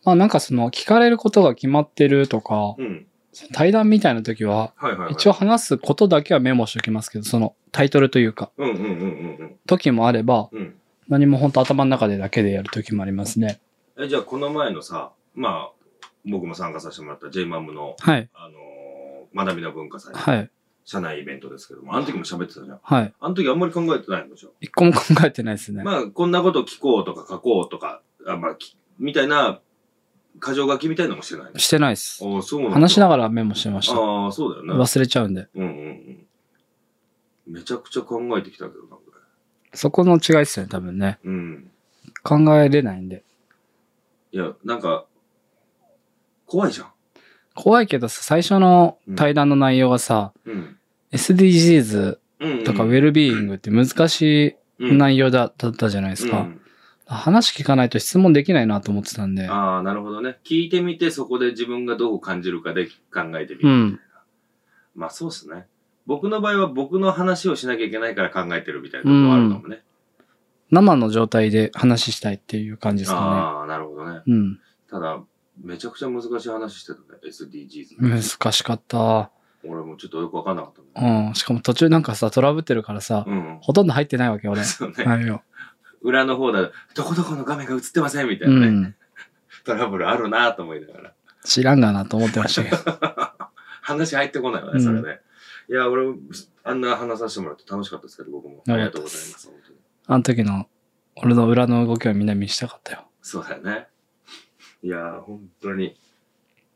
Speaker 2: まあなんかその聞かれることが決まってるとか、
Speaker 1: うん。
Speaker 2: 対談みたいな時は、
Speaker 1: はいはい、はい。
Speaker 2: 一応。話すことだけはメモしておきますけど、そのタイトルというか、
Speaker 1: うんうんうんうん
Speaker 2: 時もあれば、
Speaker 1: うん。うん
Speaker 2: 何も本当頭の中でだけでやる時もありますね。
Speaker 1: え。じゃあこの前のさ、まあ、僕も参加させてもらった j マムの、
Speaker 2: はい。
Speaker 1: あのー学びの文化祭、
Speaker 2: はい。
Speaker 1: 社内イベントですけども、あの時も喋ってたじゃん。
Speaker 2: はい。
Speaker 1: あの時あんまり考えてないんでしょ。
Speaker 2: 一個も考えてないですね。
Speaker 1: まあ、こんなこと聞こうとか書こうとか、あまあ、きみたいな、箇条書きみたいなのもしてないの
Speaker 2: してないです。
Speaker 1: ああ、そうなんだ
Speaker 2: 話しながらメモしてました。
Speaker 1: ああ、そうだよね。
Speaker 2: 忘れちゃうんで。
Speaker 1: うんうんうん。めちゃくちゃ考えてきたけどな、これ。
Speaker 2: そこの違いですよね、多分ね。
Speaker 1: うん。
Speaker 2: 考えれないんで。
Speaker 1: いや、なんか、怖いじゃん。
Speaker 2: 怖いけどさ、最初の対談の内容がさ、
Speaker 1: うん。
Speaker 2: SDGs
Speaker 1: うん、うん。
Speaker 2: とかウェルビーイングって難しい
Speaker 1: い
Speaker 2: 内容だ,、ったじゃないで
Speaker 1: です
Speaker 2: か、話聞かないと質問できないなと思ってたんで。
Speaker 1: ああ、なるほどね。聞いてみて、そこで自分がどう感じるかで考えてみ
Speaker 2: う
Speaker 1: る。
Speaker 2: ん。
Speaker 1: まあ、そうっすね。僕の場合は僕の話をしなきゃいけないから考えてるみたいなところはあるかもね。
Speaker 2: 生の状態で話したいっていう感じですか
Speaker 1: ああ、なるほどね。
Speaker 2: ね。うん。
Speaker 1: ただ、めちゃくちゃ難しい話してたね。SDGs の。
Speaker 2: 難しかった。
Speaker 1: 俺もちょっとよくわかんなかった
Speaker 2: う
Speaker 1: ね。
Speaker 2: ん。しかも途中なんかさ、トラブってるからさ、
Speaker 1: うん。
Speaker 2: ほとんど入ってないわけ、俺。
Speaker 1: そうね。
Speaker 2: はいよ。
Speaker 1: 裏の方だと、どこどこの画面が映ってませんみたいうなね、
Speaker 2: ん。
Speaker 1: トラブルあるなと思いながら。
Speaker 2: 知らんがなと思ってまし たけど。
Speaker 1: 話入ってこないわ
Speaker 2: う
Speaker 1: ね、
Speaker 2: ん
Speaker 1: それね。いや、俺も、あんな話させてもらって楽しかったですけど、僕も。あ
Speaker 2: あり
Speaker 1: りが
Speaker 2: がと
Speaker 1: とう
Speaker 2: う
Speaker 1: ご
Speaker 2: ござ
Speaker 1: ざ
Speaker 2: い
Speaker 1: い
Speaker 2: ま
Speaker 1: ます。本当に
Speaker 2: あの時の、俺の裏の動きをみんな見したかったよ。
Speaker 1: そうだよね。いや、本当に。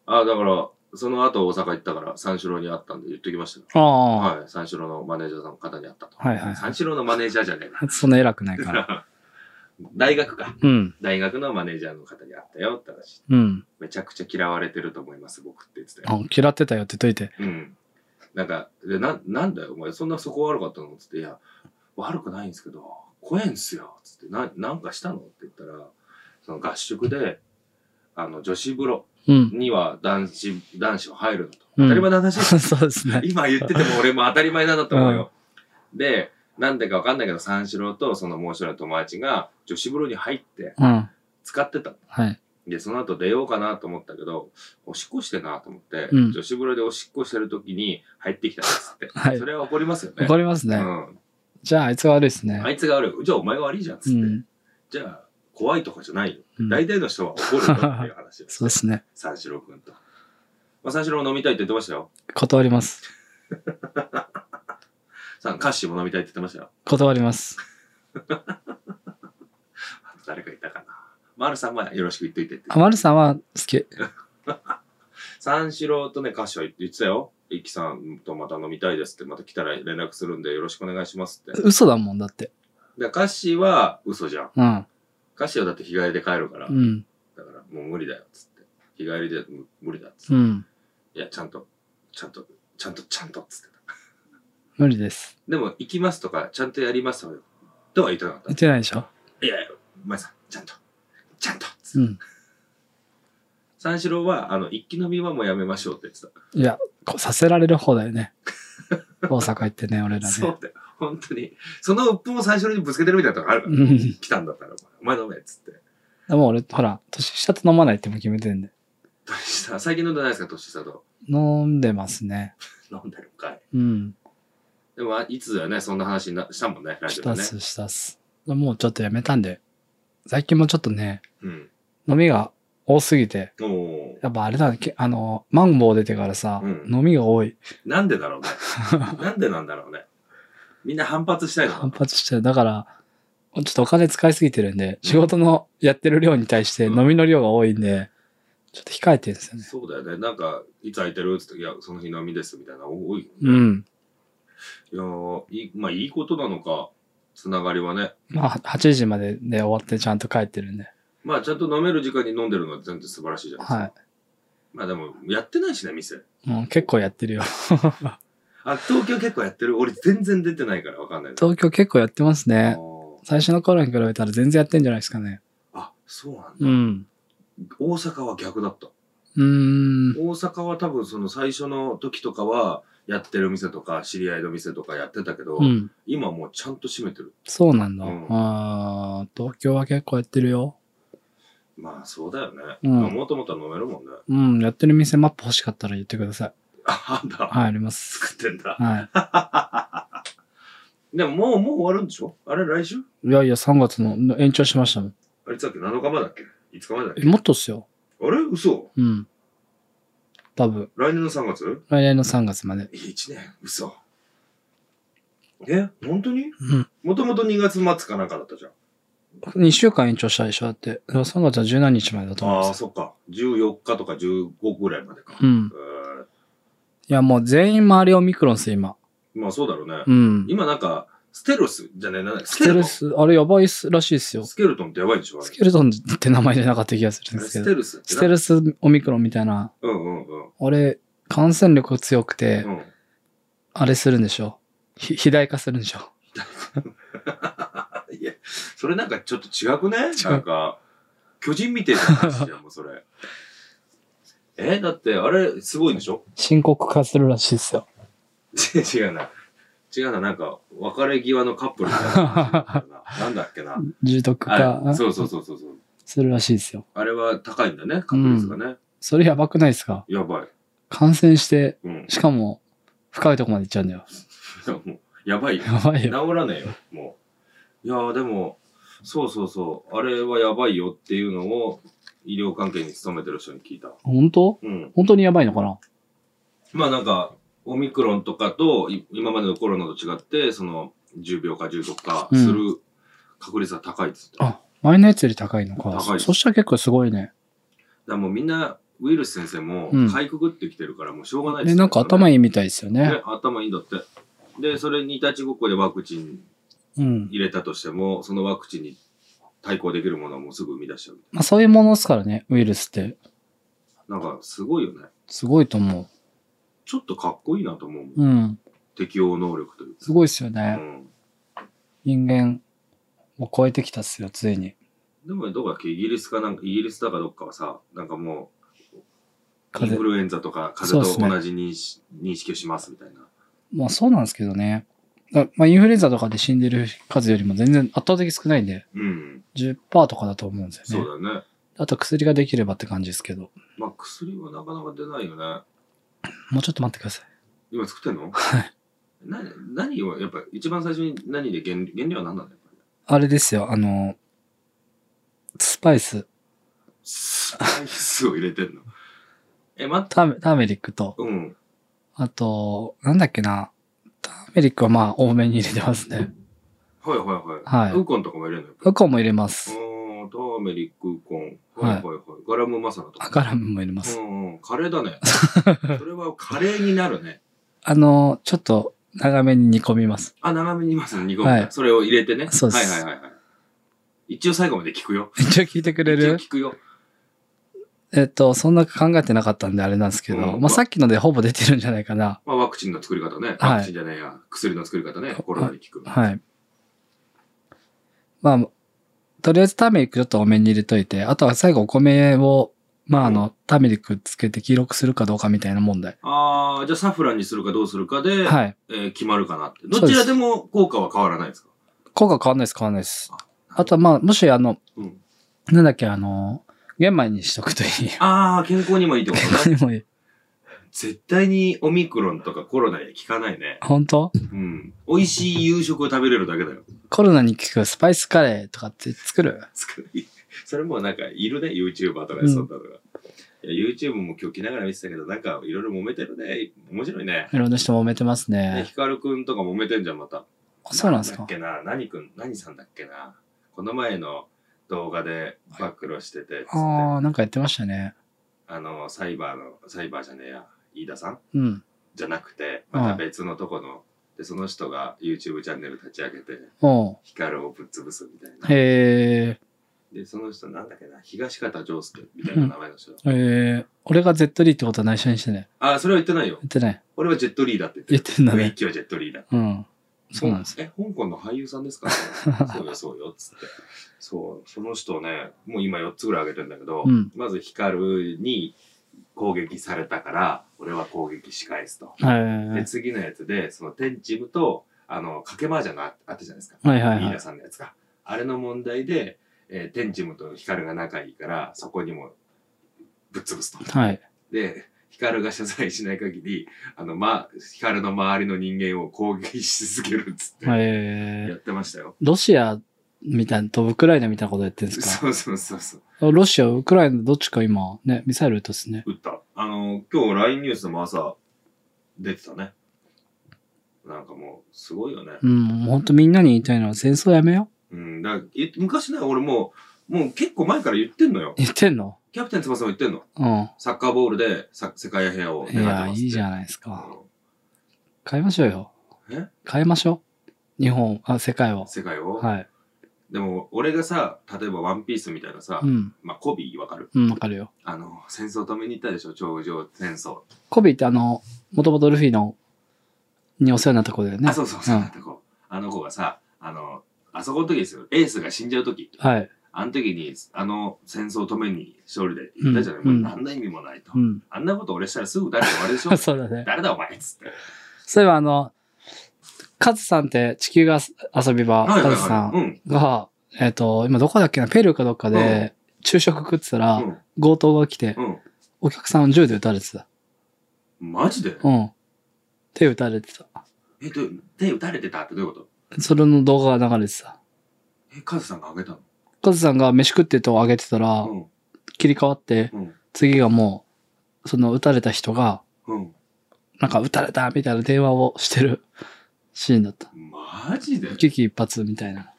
Speaker 1: あ、だから、その後大阪行ったから、三四郎に会ったんで言っときましたよ
Speaker 2: ああ、
Speaker 1: はい、三四郎のマネージャーさんの方に会ったと。
Speaker 2: はいはい
Speaker 1: 三四郎のマネージャーじゃねえな。
Speaker 2: そんな偉くないから。
Speaker 1: 大学か。
Speaker 2: うん、
Speaker 1: 大学のマネージャーの方に会ったよって話。
Speaker 2: うん。
Speaker 1: めちゃくちゃ嫌われてると思います、僕って言ってたよ。
Speaker 2: あ嫌ってたよって言っといて。
Speaker 1: うん。なんか、でななんだよ、お前、そんなそこ悪かったのつって、いや、悪くないんですけど、怖えんすよ。つって、ななんかしたのって言ったら、その合宿で、あの、女子風呂
Speaker 2: うん。
Speaker 1: には男子、男子は入るのと。
Speaker 2: うん
Speaker 1: 当たり前の話です、
Speaker 2: そうですね。
Speaker 1: 今言ってても俺も当たり前なんだと思うよ。で、なんでかわかんないけど、三四郎とそのもう一人の友達が女子風呂に入って
Speaker 2: うん。
Speaker 1: 使ってた。
Speaker 2: はい。
Speaker 1: で、その後出ようかなと思ったけど、おしっこしてなと思って、
Speaker 2: うん
Speaker 1: 女子風呂でおしっこしてる時に入ってきたんですって。
Speaker 2: はい
Speaker 1: そ。れは怒りますよね。
Speaker 2: 怒ります
Speaker 1: う
Speaker 2: ね。
Speaker 1: ん。
Speaker 2: じゃあ、あいつが悪いですね
Speaker 1: あ。いつが悪い。じゃあお前が悪いじゃんっつっ
Speaker 2: う
Speaker 1: て。
Speaker 2: ん。
Speaker 1: じゃあ、怖いとかじゃないよ。
Speaker 2: うん
Speaker 1: 大体の人は怒るよっていう話です。
Speaker 2: そうですね。
Speaker 1: 三四郎くんと。まあ、三四郎飲みたいって言ってましたよ。
Speaker 2: 断ります。
Speaker 1: さカッシーも飲みたいって言ってましたよ。
Speaker 2: 断ります。
Speaker 1: あと誰かいたかな。丸さんはよろしく言っといてって。
Speaker 2: あまるさんは好き。
Speaker 1: 三四郎とね、歌詞は言ってたよ。一輝さんとまた飲みたいですって、また来たら連絡するんでよろしくお願いしますって。
Speaker 2: 嘘だもんだって。
Speaker 1: で、歌詞は嘘じゃん。
Speaker 2: うん。
Speaker 1: 歌詞はだって日帰りで帰るから、
Speaker 2: う
Speaker 1: だ
Speaker 2: ん。
Speaker 1: からもう無理だよっつって。日帰りでむ無理だっつって。
Speaker 2: うん。
Speaker 1: いや、ちゃんと、ちゃんと、ちゃんと、ちゃんとっつってた。
Speaker 2: 無理です。
Speaker 1: でも、行きますとか、ちゃんとやりますよ。とは言ってなかった
Speaker 2: 言っ。てないでしょ
Speaker 1: いやいや、お前さん、ちゃんと、ちゃんとっつって
Speaker 2: うん。
Speaker 1: 三四郎は、あの、一気飲みはもうやめましょうって言ってた。
Speaker 2: いや、こうさせられる方だ よね。大阪行ってね、俺らね。
Speaker 1: そうだよ。本当に。その鬱憤を最初にぶつけてるみたいなとこあるから。
Speaker 2: うん
Speaker 1: 来たんだったら、お前お前飲めっつって。
Speaker 2: でも俺、ほら、年下と飲まないっても決めてんで。
Speaker 1: 年下、最近飲んでないですか、年下と。
Speaker 2: 飲んでますね。
Speaker 1: 飲んでるんかい。
Speaker 2: うん。
Speaker 1: でも、いつだよね、そんな話になしたもんね、ラジ
Speaker 2: し
Speaker 1: オ
Speaker 2: たっ
Speaker 1: でね。
Speaker 2: す、したっす。もうちょっとやめたんで。最近もちょっとね、
Speaker 1: うん。
Speaker 2: 飲みが多すぎて。
Speaker 1: おお。
Speaker 2: やっぱあれだね、けあの、マンボウ出てからさ、
Speaker 1: うん
Speaker 2: 飲みが多い。
Speaker 1: なんでだ ろうね。なんでなんだろうね。みんな反発したいのか
Speaker 2: 反
Speaker 1: な。
Speaker 2: 発してる。だから、ちょっとお金使いすぎてるんで、仕事のやってる量に対して
Speaker 1: うん
Speaker 2: 飲みの量が多いんで、ちょっと控えてるんですよね。
Speaker 1: そうだよね。なんか、いつ空いてるっつって、いや、その日飲みですみたいな、多い。
Speaker 2: う。ん。
Speaker 1: いやーいい、まあ、いいことなのか、つながりはね。
Speaker 2: まあ、8時までで終わってちゃんと帰ってるんで。
Speaker 1: まあ、ちゃんと飲める時間に飲んでるのは全然素晴らしいじゃないですか。
Speaker 2: は
Speaker 1: まあ、でも、やってないしね、店。
Speaker 2: い。もう結構やってるよ。
Speaker 1: あ、東京結構やってる。俺全然出てないからわかんないな。
Speaker 2: 東京結構やってます
Speaker 1: あ
Speaker 2: ね。
Speaker 1: ーど。
Speaker 2: 最初の頃に比べたら全然やってんじゃないですかね。
Speaker 1: あ、そうなんだ。
Speaker 2: うん。
Speaker 1: 大阪は逆だった。
Speaker 2: うーん。
Speaker 1: 大阪は多分その最初の時とかは、やってる店とか、知り合いの店とかやってたけど、
Speaker 2: うん。
Speaker 1: 今もうちゃんと閉めてる。
Speaker 2: そうなんだ。
Speaker 1: うん
Speaker 2: あー東京は結構やってるよ。
Speaker 1: まあそうだよね。
Speaker 2: うん
Speaker 1: 飲もうと思ったら飲めるもんね。
Speaker 2: うん。やってる店マップ欲しかったら言ってください。
Speaker 1: あ、あんだ。
Speaker 2: はい、あります。
Speaker 1: 作ってんだ。
Speaker 2: は
Speaker 1: でももう、もう終わるんでしょあれ来週
Speaker 2: い。いやいや、3月の延長しましたもん。
Speaker 1: あれいつだっけ ?7 日までだっけ ?5 日までだっけ
Speaker 2: えもっとっすよ。
Speaker 1: あれ嘘
Speaker 2: うん。多分、
Speaker 1: 来年の3月
Speaker 2: 来年の3月まで。
Speaker 1: え ?1 年嘘。え本当に
Speaker 2: うん。
Speaker 1: もともと2月末かなんかだったじゃん。
Speaker 2: 2週間延長したでしょだって。だから3月は17日までだと思うん
Speaker 1: あ
Speaker 2: で
Speaker 1: あ、
Speaker 2: すよ。
Speaker 1: そっか。14日とか15ぐらいまでか。
Speaker 2: うん。
Speaker 1: え
Speaker 2: いや、もう全員周りオミクロンっす、今。
Speaker 1: ーまあそうだろうね。
Speaker 2: うん。
Speaker 1: 今なんか、ステロスじゃねえな、ス
Speaker 2: ス
Speaker 1: ケ
Speaker 2: テ
Speaker 1: ル
Speaker 2: ル
Speaker 1: ト
Speaker 2: ス、あれやばいっすらしいっすよ
Speaker 1: ン。。スケルトンってやばいんでしょあれ
Speaker 2: スケルトンって名前じゃなかった気がするん
Speaker 1: あれ
Speaker 2: ですけ
Speaker 1: ス
Speaker 2: ど。
Speaker 1: テルスって
Speaker 2: ステルスオミクロンみたいな。
Speaker 1: なうんうんうん。
Speaker 2: あれ、感染力強くて、
Speaker 1: うん
Speaker 2: あれするんでしょひ肥大化するんでしょ
Speaker 1: いや、それなんかちょっと違くね
Speaker 2: 違う
Speaker 1: なんか、巨人みてえな話 じゃん、もうそれ。え、だって、あれ、すごいんでしょ
Speaker 2: 深刻化するらしいっすよ。
Speaker 1: 違うな。違うな、なんか、別れ際のカップルみたいな話だった な。なんだっけな。
Speaker 2: 重篤
Speaker 1: あれ
Speaker 2: 化
Speaker 1: そうそうそうそうそう。
Speaker 2: するらしいっすよ。
Speaker 1: あれは高いんだね、確率がね。
Speaker 2: それやばくないですか
Speaker 1: やばい。
Speaker 2: 感染して、
Speaker 1: うん。
Speaker 2: しかも、深いとこまで行っちゃうんだよ。
Speaker 1: もうやばいよ。
Speaker 2: やばい
Speaker 1: 治
Speaker 2: よ。
Speaker 1: らねえよ、もう。いやー、でも、そうそうそう。あれはやばいよっていうのを、医療関係に勤めてる人に聞いた。
Speaker 2: 本当
Speaker 1: うん。
Speaker 2: 本当にやばいのかな
Speaker 1: まあなんか、オミクロンとかと、い今までのコロナと違って、その、10秒か重篤かする確率は高いっつって。だか
Speaker 2: あ、前のやつより高いのか。
Speaker 1: 高いです
Speaker 2: そしたら結構すごいね。
Speaker 1: らもうみんな、ウイルス先生も
Speaker 2: うん、
Speaker 1: かいくぐってきてるから、もうしょうがないっつ
Speaker 2: え、なんか頭
Speaker 1: い
Speaker 2: いいみたいですよ
Speaker 1: い、
Speaker 2: ね
Speaker 1: ね。頭いいんだって。で、それにいたちごっこでワクチン
Speaker 2: うん。
Speaker 1: 入れたとしても、そのワクチンに対抗できるものをもうすぐ生み出しちゃうみたい
Speaker 2: まあそういうものですからね、ウイルスって。
Speaker 1: な。なんか、すごいよね。
Speaker 2: すごいと思
Speaker 1: ちょっとかっこいいなと思うもん。
Speaker 2: う。うん。
Speaker 1: 適応能力というか。
Speaker 2: すごいですよ
Speaker 1: う
Speaker 2: ね。
Speaker 1: ん。
Speaker 2: 人間を超えてきたっすよ、ついに。
Speaker 1: でも、どこだっけイギリスかなんか、イギリスだかどっかはさ、なんかもう、イン
Speaker 2: 風
Speaker 1: フルエンザとか風邪
Speaker 2: そうっす
Speaker 1: と
Speaker 2: ね
Speaker 1: 同じ認識,、認識をしますみたいな。
Speaker 2: まあそうなんですけどね。だまあインフルエンザとかで死んでる数よりも全然圧倒的少ないんで、
Speaker 1: うん。
Speaker 2: 10%とかだと思うんですよ
Speaker 1: そ
Speaker 2: ね。
Speaker 1: うだね。
Speaker 2: あと薬ができればって感じですけど。
Speaker 1: まあ薬はなかなか出ないよね。
Speaker 2: もうちょっと待ってください。
Speaker 1: 今作ってんの
Speaker 2: はい
Speaker 1: な 何を、やっぱ一番最初に何で原原料は何なんだよ。
Speaker 2: あれですよ、あの、スパイス、
Speaker 1: スパイスを入れてんの。え、ま、
Speaker 2: ターメターメリックと、
Speaker 1: うん。
Speaker 2: あと、なんだっけな。ターメリックはまあ多めに入れてますね。
Speaker 1: はいはいはい。
Speaker 2: はい
Speaker 1: ウーコンとかも入れるのよ。
Speaker 2: ウコンも入れます。
Speaker 1: うん、ターメリックウーコン。
Speaker 2: はい
Speaker 1: はいはいはい。ガラムマサラと
Speaker 2: ア
Speaker 1: か。
Speaker 2: カラムも入れま
Speaker 1: う
Speaker 2: す。
Speaker 1: んうん、カレーだね。 それはカレーになるね。
Speaker 2: あの、ちょっと長めに煮込みます。
Speaker 1: あ、長めにいますね、煮込む、
Speaker 2: はい
Speaker 1: それを入れてね。
Speaker 2: そうです
Speaker 1: はいはいはいはい。一応最後まで聞くよ。
Speaker 2: 一応聞いてくれ
Speaker 1: 一応
Speaker 2: る
Speaker 1: 聞くよ。
Speaker 2: えっと、そんな考えてなかったんであれなんですけど、
Speaker 1: うん
Speaker 2: まあさっきのでほぼ出てるんじゃないかな。
Speaker 1: まあ、ワクチンの作り方ね。
Speaker 2: はい
Speaker 1: ワクチンじゃないや。薬の作り方ね。コロナに効く。
Speaker 2: はい。まあ、とりあえずターメリックちょっと多めに入れといて、あとは最後お米を、まああの、ターメリックつけて黄色くするかどうかみたいな問題。
Speaker 1: ああ、じゃあサフランにするかどうするかで、
Speaker 2: はい。
Speaker 1: えー決まるかなって。
Speaker 2: そう
Speaker 1: ど
Speaker 2: です
Speaker 1: ちらでも効果は変わらないですか
Speaker 2: 効果変わんないです、変わんないです
Speaker 1: あ。
Speaker 2: あとはまあ、もしあの、
Speaker 1: うん。
Speaker 2: なんだっけ、あの、玄米にしとくといい。
Speaker 1: ああ、健康にもいいってこと
Speaker 2: こ
Speaker 1: ね。
Speaker 2: れもいい
Speaker 1: 絶対にオミクロンとかコロナには効かないね。
Speaker 2: 本当
Speaker 1: うん。美味しい夕食を食べれるだけだよ。
Speaker 2: コロナに効くスパイスカレーとかって作る
Speaker 1: 作りそれもなんかいるね、YouTuber とかでそんなのが。いや YouTube も今日来ながら見てたけど、なんかいろいろ揉めてるね。面白いね。
Speaker 2: いろんな人揉めてます
Speaker 1: ね、
Speaker 2: ね。
Speaker 1: ヒカルくんとか揉めてんじゃん、また。
Speaker 2: あそうなんですか
Speaker 1: だっけな、何くん、何さんだっけな。この前の動画で暴露してて、つって
Speaker 2: あー、なんかやってましたね。
Speaker 1: あの、サイバーの、サイバーじゃねえや、飯田さん
Speaker 2: うん。
Speaker 1: じゃなくて、
Speaker 2: はい
Speaker 1: また別のとこの、で、その人が YouTube チャンネル立ち上げて、
Speaker 2: おう
Speaker 1: ヒカルをぶっ潰すみたいな。
Speaker 2: へ
Speaker 1: で、その人なんだっけな、東方丈介みたいな名前の人。
Speaker 2: え、えー、俺が Z リーってことは内緒にしてね。
Speaker 1: あ、それは言ってないよ
Speaker 2: 言。ってない。
Speaker 1: 俺はジェットリーだって言って
Speaker 2: 言
Speaker 1: る。
Speaker 2: ってんだ
Speaker 1: 雰囲
Speaker 2: ね。
Speaker 1: 気はジェットリーだ。
Speaker 2: うん。そうなんです。
Speaker 1: え、香港の俳優さん ですか、そうよ、そうよ、つって。そう、その人をね、もう今4つぐらい挙げてんだけど、
Speaker 2: うん
Speaker 1: まず光に攻撃されたから、俺は攻撃し返すと。
Speaker 2: はい
Speaker 1: で、次のやつで、その天チームと、あの、かけ麻雀のああったじゃないですか。
Speaker 2: はいはいはい
Speaker 1: リーダーさんのやつが。あれの問題で、えー、天チームと光が仲いいから、そこにもぶっ潰すと。
Speaker 2: はい。
Speaker 1: で、光が謝罪しない限り、あの、ま、光の周りの人間を攻撃し続けるっつって、
Speaker 2: え
Speaker 1: やってましたよ。
Speaker 2: ロシアみたいなとウクライナみたいなことやってるんですか
Speaker 1: そうそうそうそう。
Speaker 2: ロシア、ウクライナどっちか今、ね、ミサイル撃ったっすね。
Speaker 1: 打った。あの、今日 LINE ニュースでも朝出てたね。なんかもう、すごいよね。
Speaker 2: うん、もうほんとみんなに言いたいのは戦争やめよ
Speaker 1: うん、だからい昔ね、俺もう、もう結構前から言ってんのよ
Speaker 2: う。。言ってんの
Speaker 1: キャプテン翼も言ってんの。
Speaker 2: うん。
Speaker 1: サッカーボールでさ世界平和を願っ
Speaker 2: い
Speaker 1: て
Speaker 2: や、
Speaker 1: ます
Speaker 2: い
Speaker 1: って。
Speaker 2: いじゃないですか。変えましょうよ。
Speaker 1: うんえ
Speaker 2: 変えましょう。日本、あ、世界を。
Speaker 1: 世界を、
Speaker 2: はい。
Speaker 1: でも、俺がさ、例えばワンピースみたいなさ、
Speaker 2: うん。
Speaker 1: まあ、コビーわかる
Speaker 2: うん、わかるよ。
Speaker 1: あの、戦争止めに行ったでしょ頂上戦争。
Speaker 2: コビーってあの、もともとルフィの、にお世話になった子だよね
Speaker 1: あ、。そうそうそう、
Speaker 2: うん
Speaker 1: なんかこうあの子がさ、あの、あそこの時ですよ。エースが死んじゃう時。
Speaker 2: はい。
Speaker 1: あの時に、あの戦争止めに勝利で行ったじゃない、
Speaker 2: うんうん
Speaker 1: もう何の意味もないと。
Speaker 2: うん。
Speaker 1: あんなこと俺したらすぐ誰か終わるでしょ
Speaker 2: そうだね。
Speaker 1: 誰だお前っつって。
Speaker 2: そういえばあの、カズさんって地球が遊び場、
Speaker 1: はいはい
Speaker 2: カズさ
Speaker 1: はい。うんん。
Speaker 2: が、えっ、と、今どこだっけな、ペルーかどっかで、昼食食ってたら、強盗が来て、
Speaker 1: うん。
Speaker 2: お客さんを銃で撃たれてた。
Speaker 1: うん。マジで
Speaker 2: うん。手撃たれてた。
Speaker 1: え、ど手打たれてたってどういうこと
Speaker 2: それの動画が流れてた。
Speaker 1: え、カズさんがあげたの
Speaker 2: カズさんが飯食ってるとこ上げてたら、
Speaker 1: うん。
Speaker 2: 切り替わって、
Speaker 1: うん。
Speaker 2: 次がもう、その撃たれた人が、
Speaker 1: うん。
Speaker 2: なんか撃たれたみたいな電話をしてる シーンだった。
Speaker 1: マジで
Speaker 2: 危機一髪みたいな。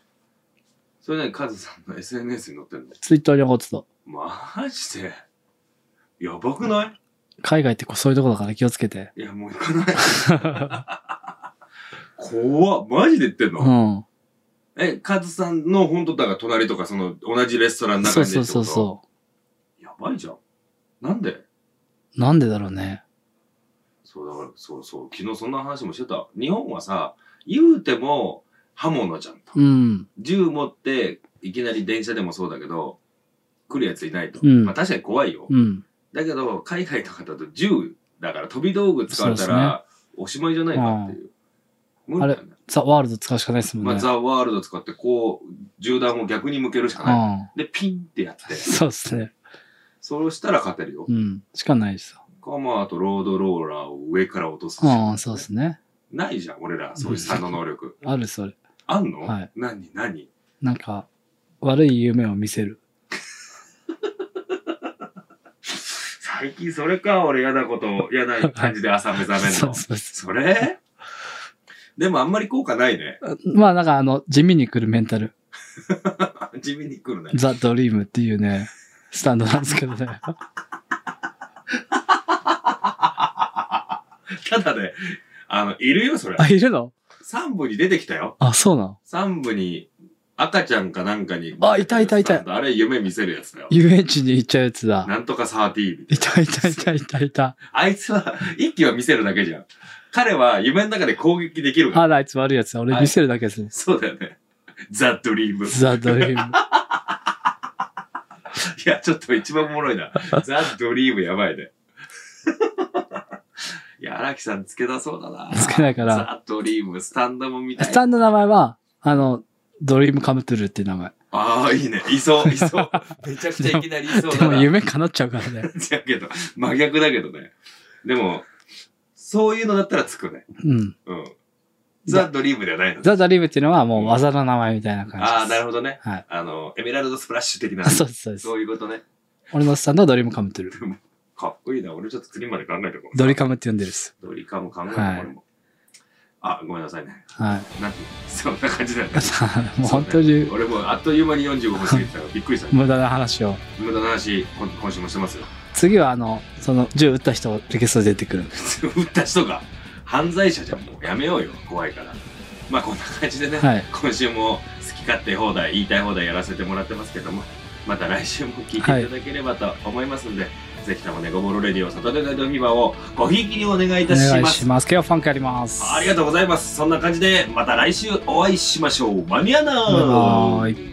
Speaker 1: それなにカズさんの SNS に載ってんの
Speaker 2: ツイッターに上がってた。
Speaker 1: マジでやばくない
Speaker 2: 海外ってこうそういうとこだから気をつけて。
Speaker 1: いや、もう行かない。怖っ。マジで言ってんの、
Speaker 2: うん。
Speaker 1: え、カズさんの本当だから隣とか、その、同じレストランの
Speaker 2: そ
Speaker 1: 中に
Speaker 2: う
Speaker 1: って
Speaker 2: そ
Speaker 1: こと。
Speaker 2: うそうそう
Speaker 1: やばいじゃん。なんで
Speaker 2: う。なんでだろうね。
Speaker 1: そう、だから、そうそう。昨日そんな話もしてた。日本はさ、言うても刃物じゃんと。
Speaker 2: うん。
Speaker 1: 銃持って、いきなり電車でもそうだけど、来るやついないと。
Speaker 2: うん
Speaker 1: まあ確かに怖いよ。
Speaker 2: うん。
Speaker 1: だけど、海外とかだと銃だから飛び道具使われた
Speaker 2: そうですね
Speaker 1: ら、おしまいじゃないかっていう。無理だよね。
Speaker 2: ザ・ワールド使うしかないですもんね。
Speaker 1: まあ、ザ・ワールド使って、こう、銃弾を逆に向けるしかない。
Speaker 2: う
Speaker 1: で、ピンってやって
Speaker 2: ん。、そうっすね。
Speaker 1: そうしたら勝てるよ
Speaker 2: う。ん。しかないですよ。
Speaker 1: か、まあ、あと、ロードローラーを上から落とすし
Speaker 2: うん、そうっすね。
Speaker 1: ないじゃん、俺ら、そういう差の能 力。
Speaker 2: あるそれ。
Speaker 1: あんの
Speaker 2: はい
Speaker 1: 何何
Speaker 2: なんか、悪い夢を見せる。
Speaker 1: 最近それか、俺嫌なこと、嫌な感じで朝目覚めん
Speaker 2: そ
Speaker 1: の
Speaker 2: う。そうそ
Speaker 1: それでもあんまり効果ないね。
Speaker 2: う。まあなんかあの、地味に来るメンタル。
Speaker 1: 地味に来るね。
Speaker 2: ザ・ドリームっていうね、スタンドなんですけどね。
Speaker 1: ただね、 あの、いるよ、それ。
Speaker 2: あ、いるの
Speaker 1: 3部に出てきたよ。
Speaker 2: あ、そうなの
Speaker 1: 3部に、赤ちゃんかなんかに。
Speaker 2: あいたいたいた
Speaker 1: あれ、夢見せるやつだよ。
Speaker 2: 遊園地に行っちゃうやつだ。
Speaker 1: なんとかサーティー
Speaker 2: いたいたいたいたいた。
Speaker 1: あいつは、一気は見せるだけじゃん。彼は夢の中で攻撃できるから。
Speaker 2: あら、あいつ悪いやつだ。俺見せるだけですね。
Speaker 1: そうだよね。ザ・ドリーム。い
Speaker 2: ザ・ドリーム。
Speaker 1: や、ちょっと一番おもろいな。ザ・ドリームやばいね。 いや、荒木さんつけたそうだな。
Speaker 2: つけないから
Speaker 1: ザ・ドリーム、スタンドも見たい。
Speaker 2: スタンドの名前は、あの、ドリームカムトゥルーっていう名前。
Speaker 1: ああ、いいね。いそう、い そう。めちゃくちゃいきなりいそう
Speaker 2: で
Speaker 1: だ
Speaker 2: も
Speaker 1: な。
Speaker 2: 夢叶っちゃうからね。
Speaker 1: だけど、真逆だけどね。でも、そういうのだったらつくね。
Speaker 2: うん。
Speaker 1: うん。ザ・ドリームではないの。
Speaker 2: ザ・ドリームっていうのはもう技の名前みたいな感じです。
Speaker 1: ああ、なるほどね。
Speaker 2: はい。
Speaker 1: あの、エメラルドスプラッシュ的な。
Speaker 2: あそうです、そうです。
Speaker 1: そういうことね。
Speaker 2: 俺のスタンドはドリームカムトゥルー。
Speaker 1: かっこいいな。俺ちょっと次まで考えておこう。
Speaker 2: ドリカムって呼んでるっす。
Speaker 1: ドリカも考えてこ
Speaker 2: はい
Speaker 1: 俺も。あ、ごめんなさいね。
Speaker 2: はい。
Speaker 1: なんて、そんな感じだよね。
Speaker 2: もう本当に
Speaker 1: 俺もうあっという間に45分過ぎてたからびっくりした。
Speaker 2: 無駄な話を。
Speaker 1: 無駄な話、こ今週もしてますよ。
Speaker 2: 次はあの、その銃撃った人をリクエストで出てくるんで。
Speaker 1: 撃った人が犯罪者じゃん。もうやめようよ。怖いから。まあこんな感じでね。
Speaker 2: はい。
Speaker 1: 今週も好き勝手放題言いたい放題やらせてもらってますけどもまた来週も聞いていただければと思いますんで、ぜひともね、ゴボロレディオサタデーナイトフィーバーをごひいきにお願いい
Speaker 2: お
Speaker 1: たし
Speaker 2: 願い
Speaker 1: ま
Speaker 2: し
Speaker 1: す。
Speaker 2: ます。今日はファンクやります。
Speaker 1: ありがとうございます。そんな感じで、また来週お会いしましょう。マニアナ
Speaker 2: バイバイ。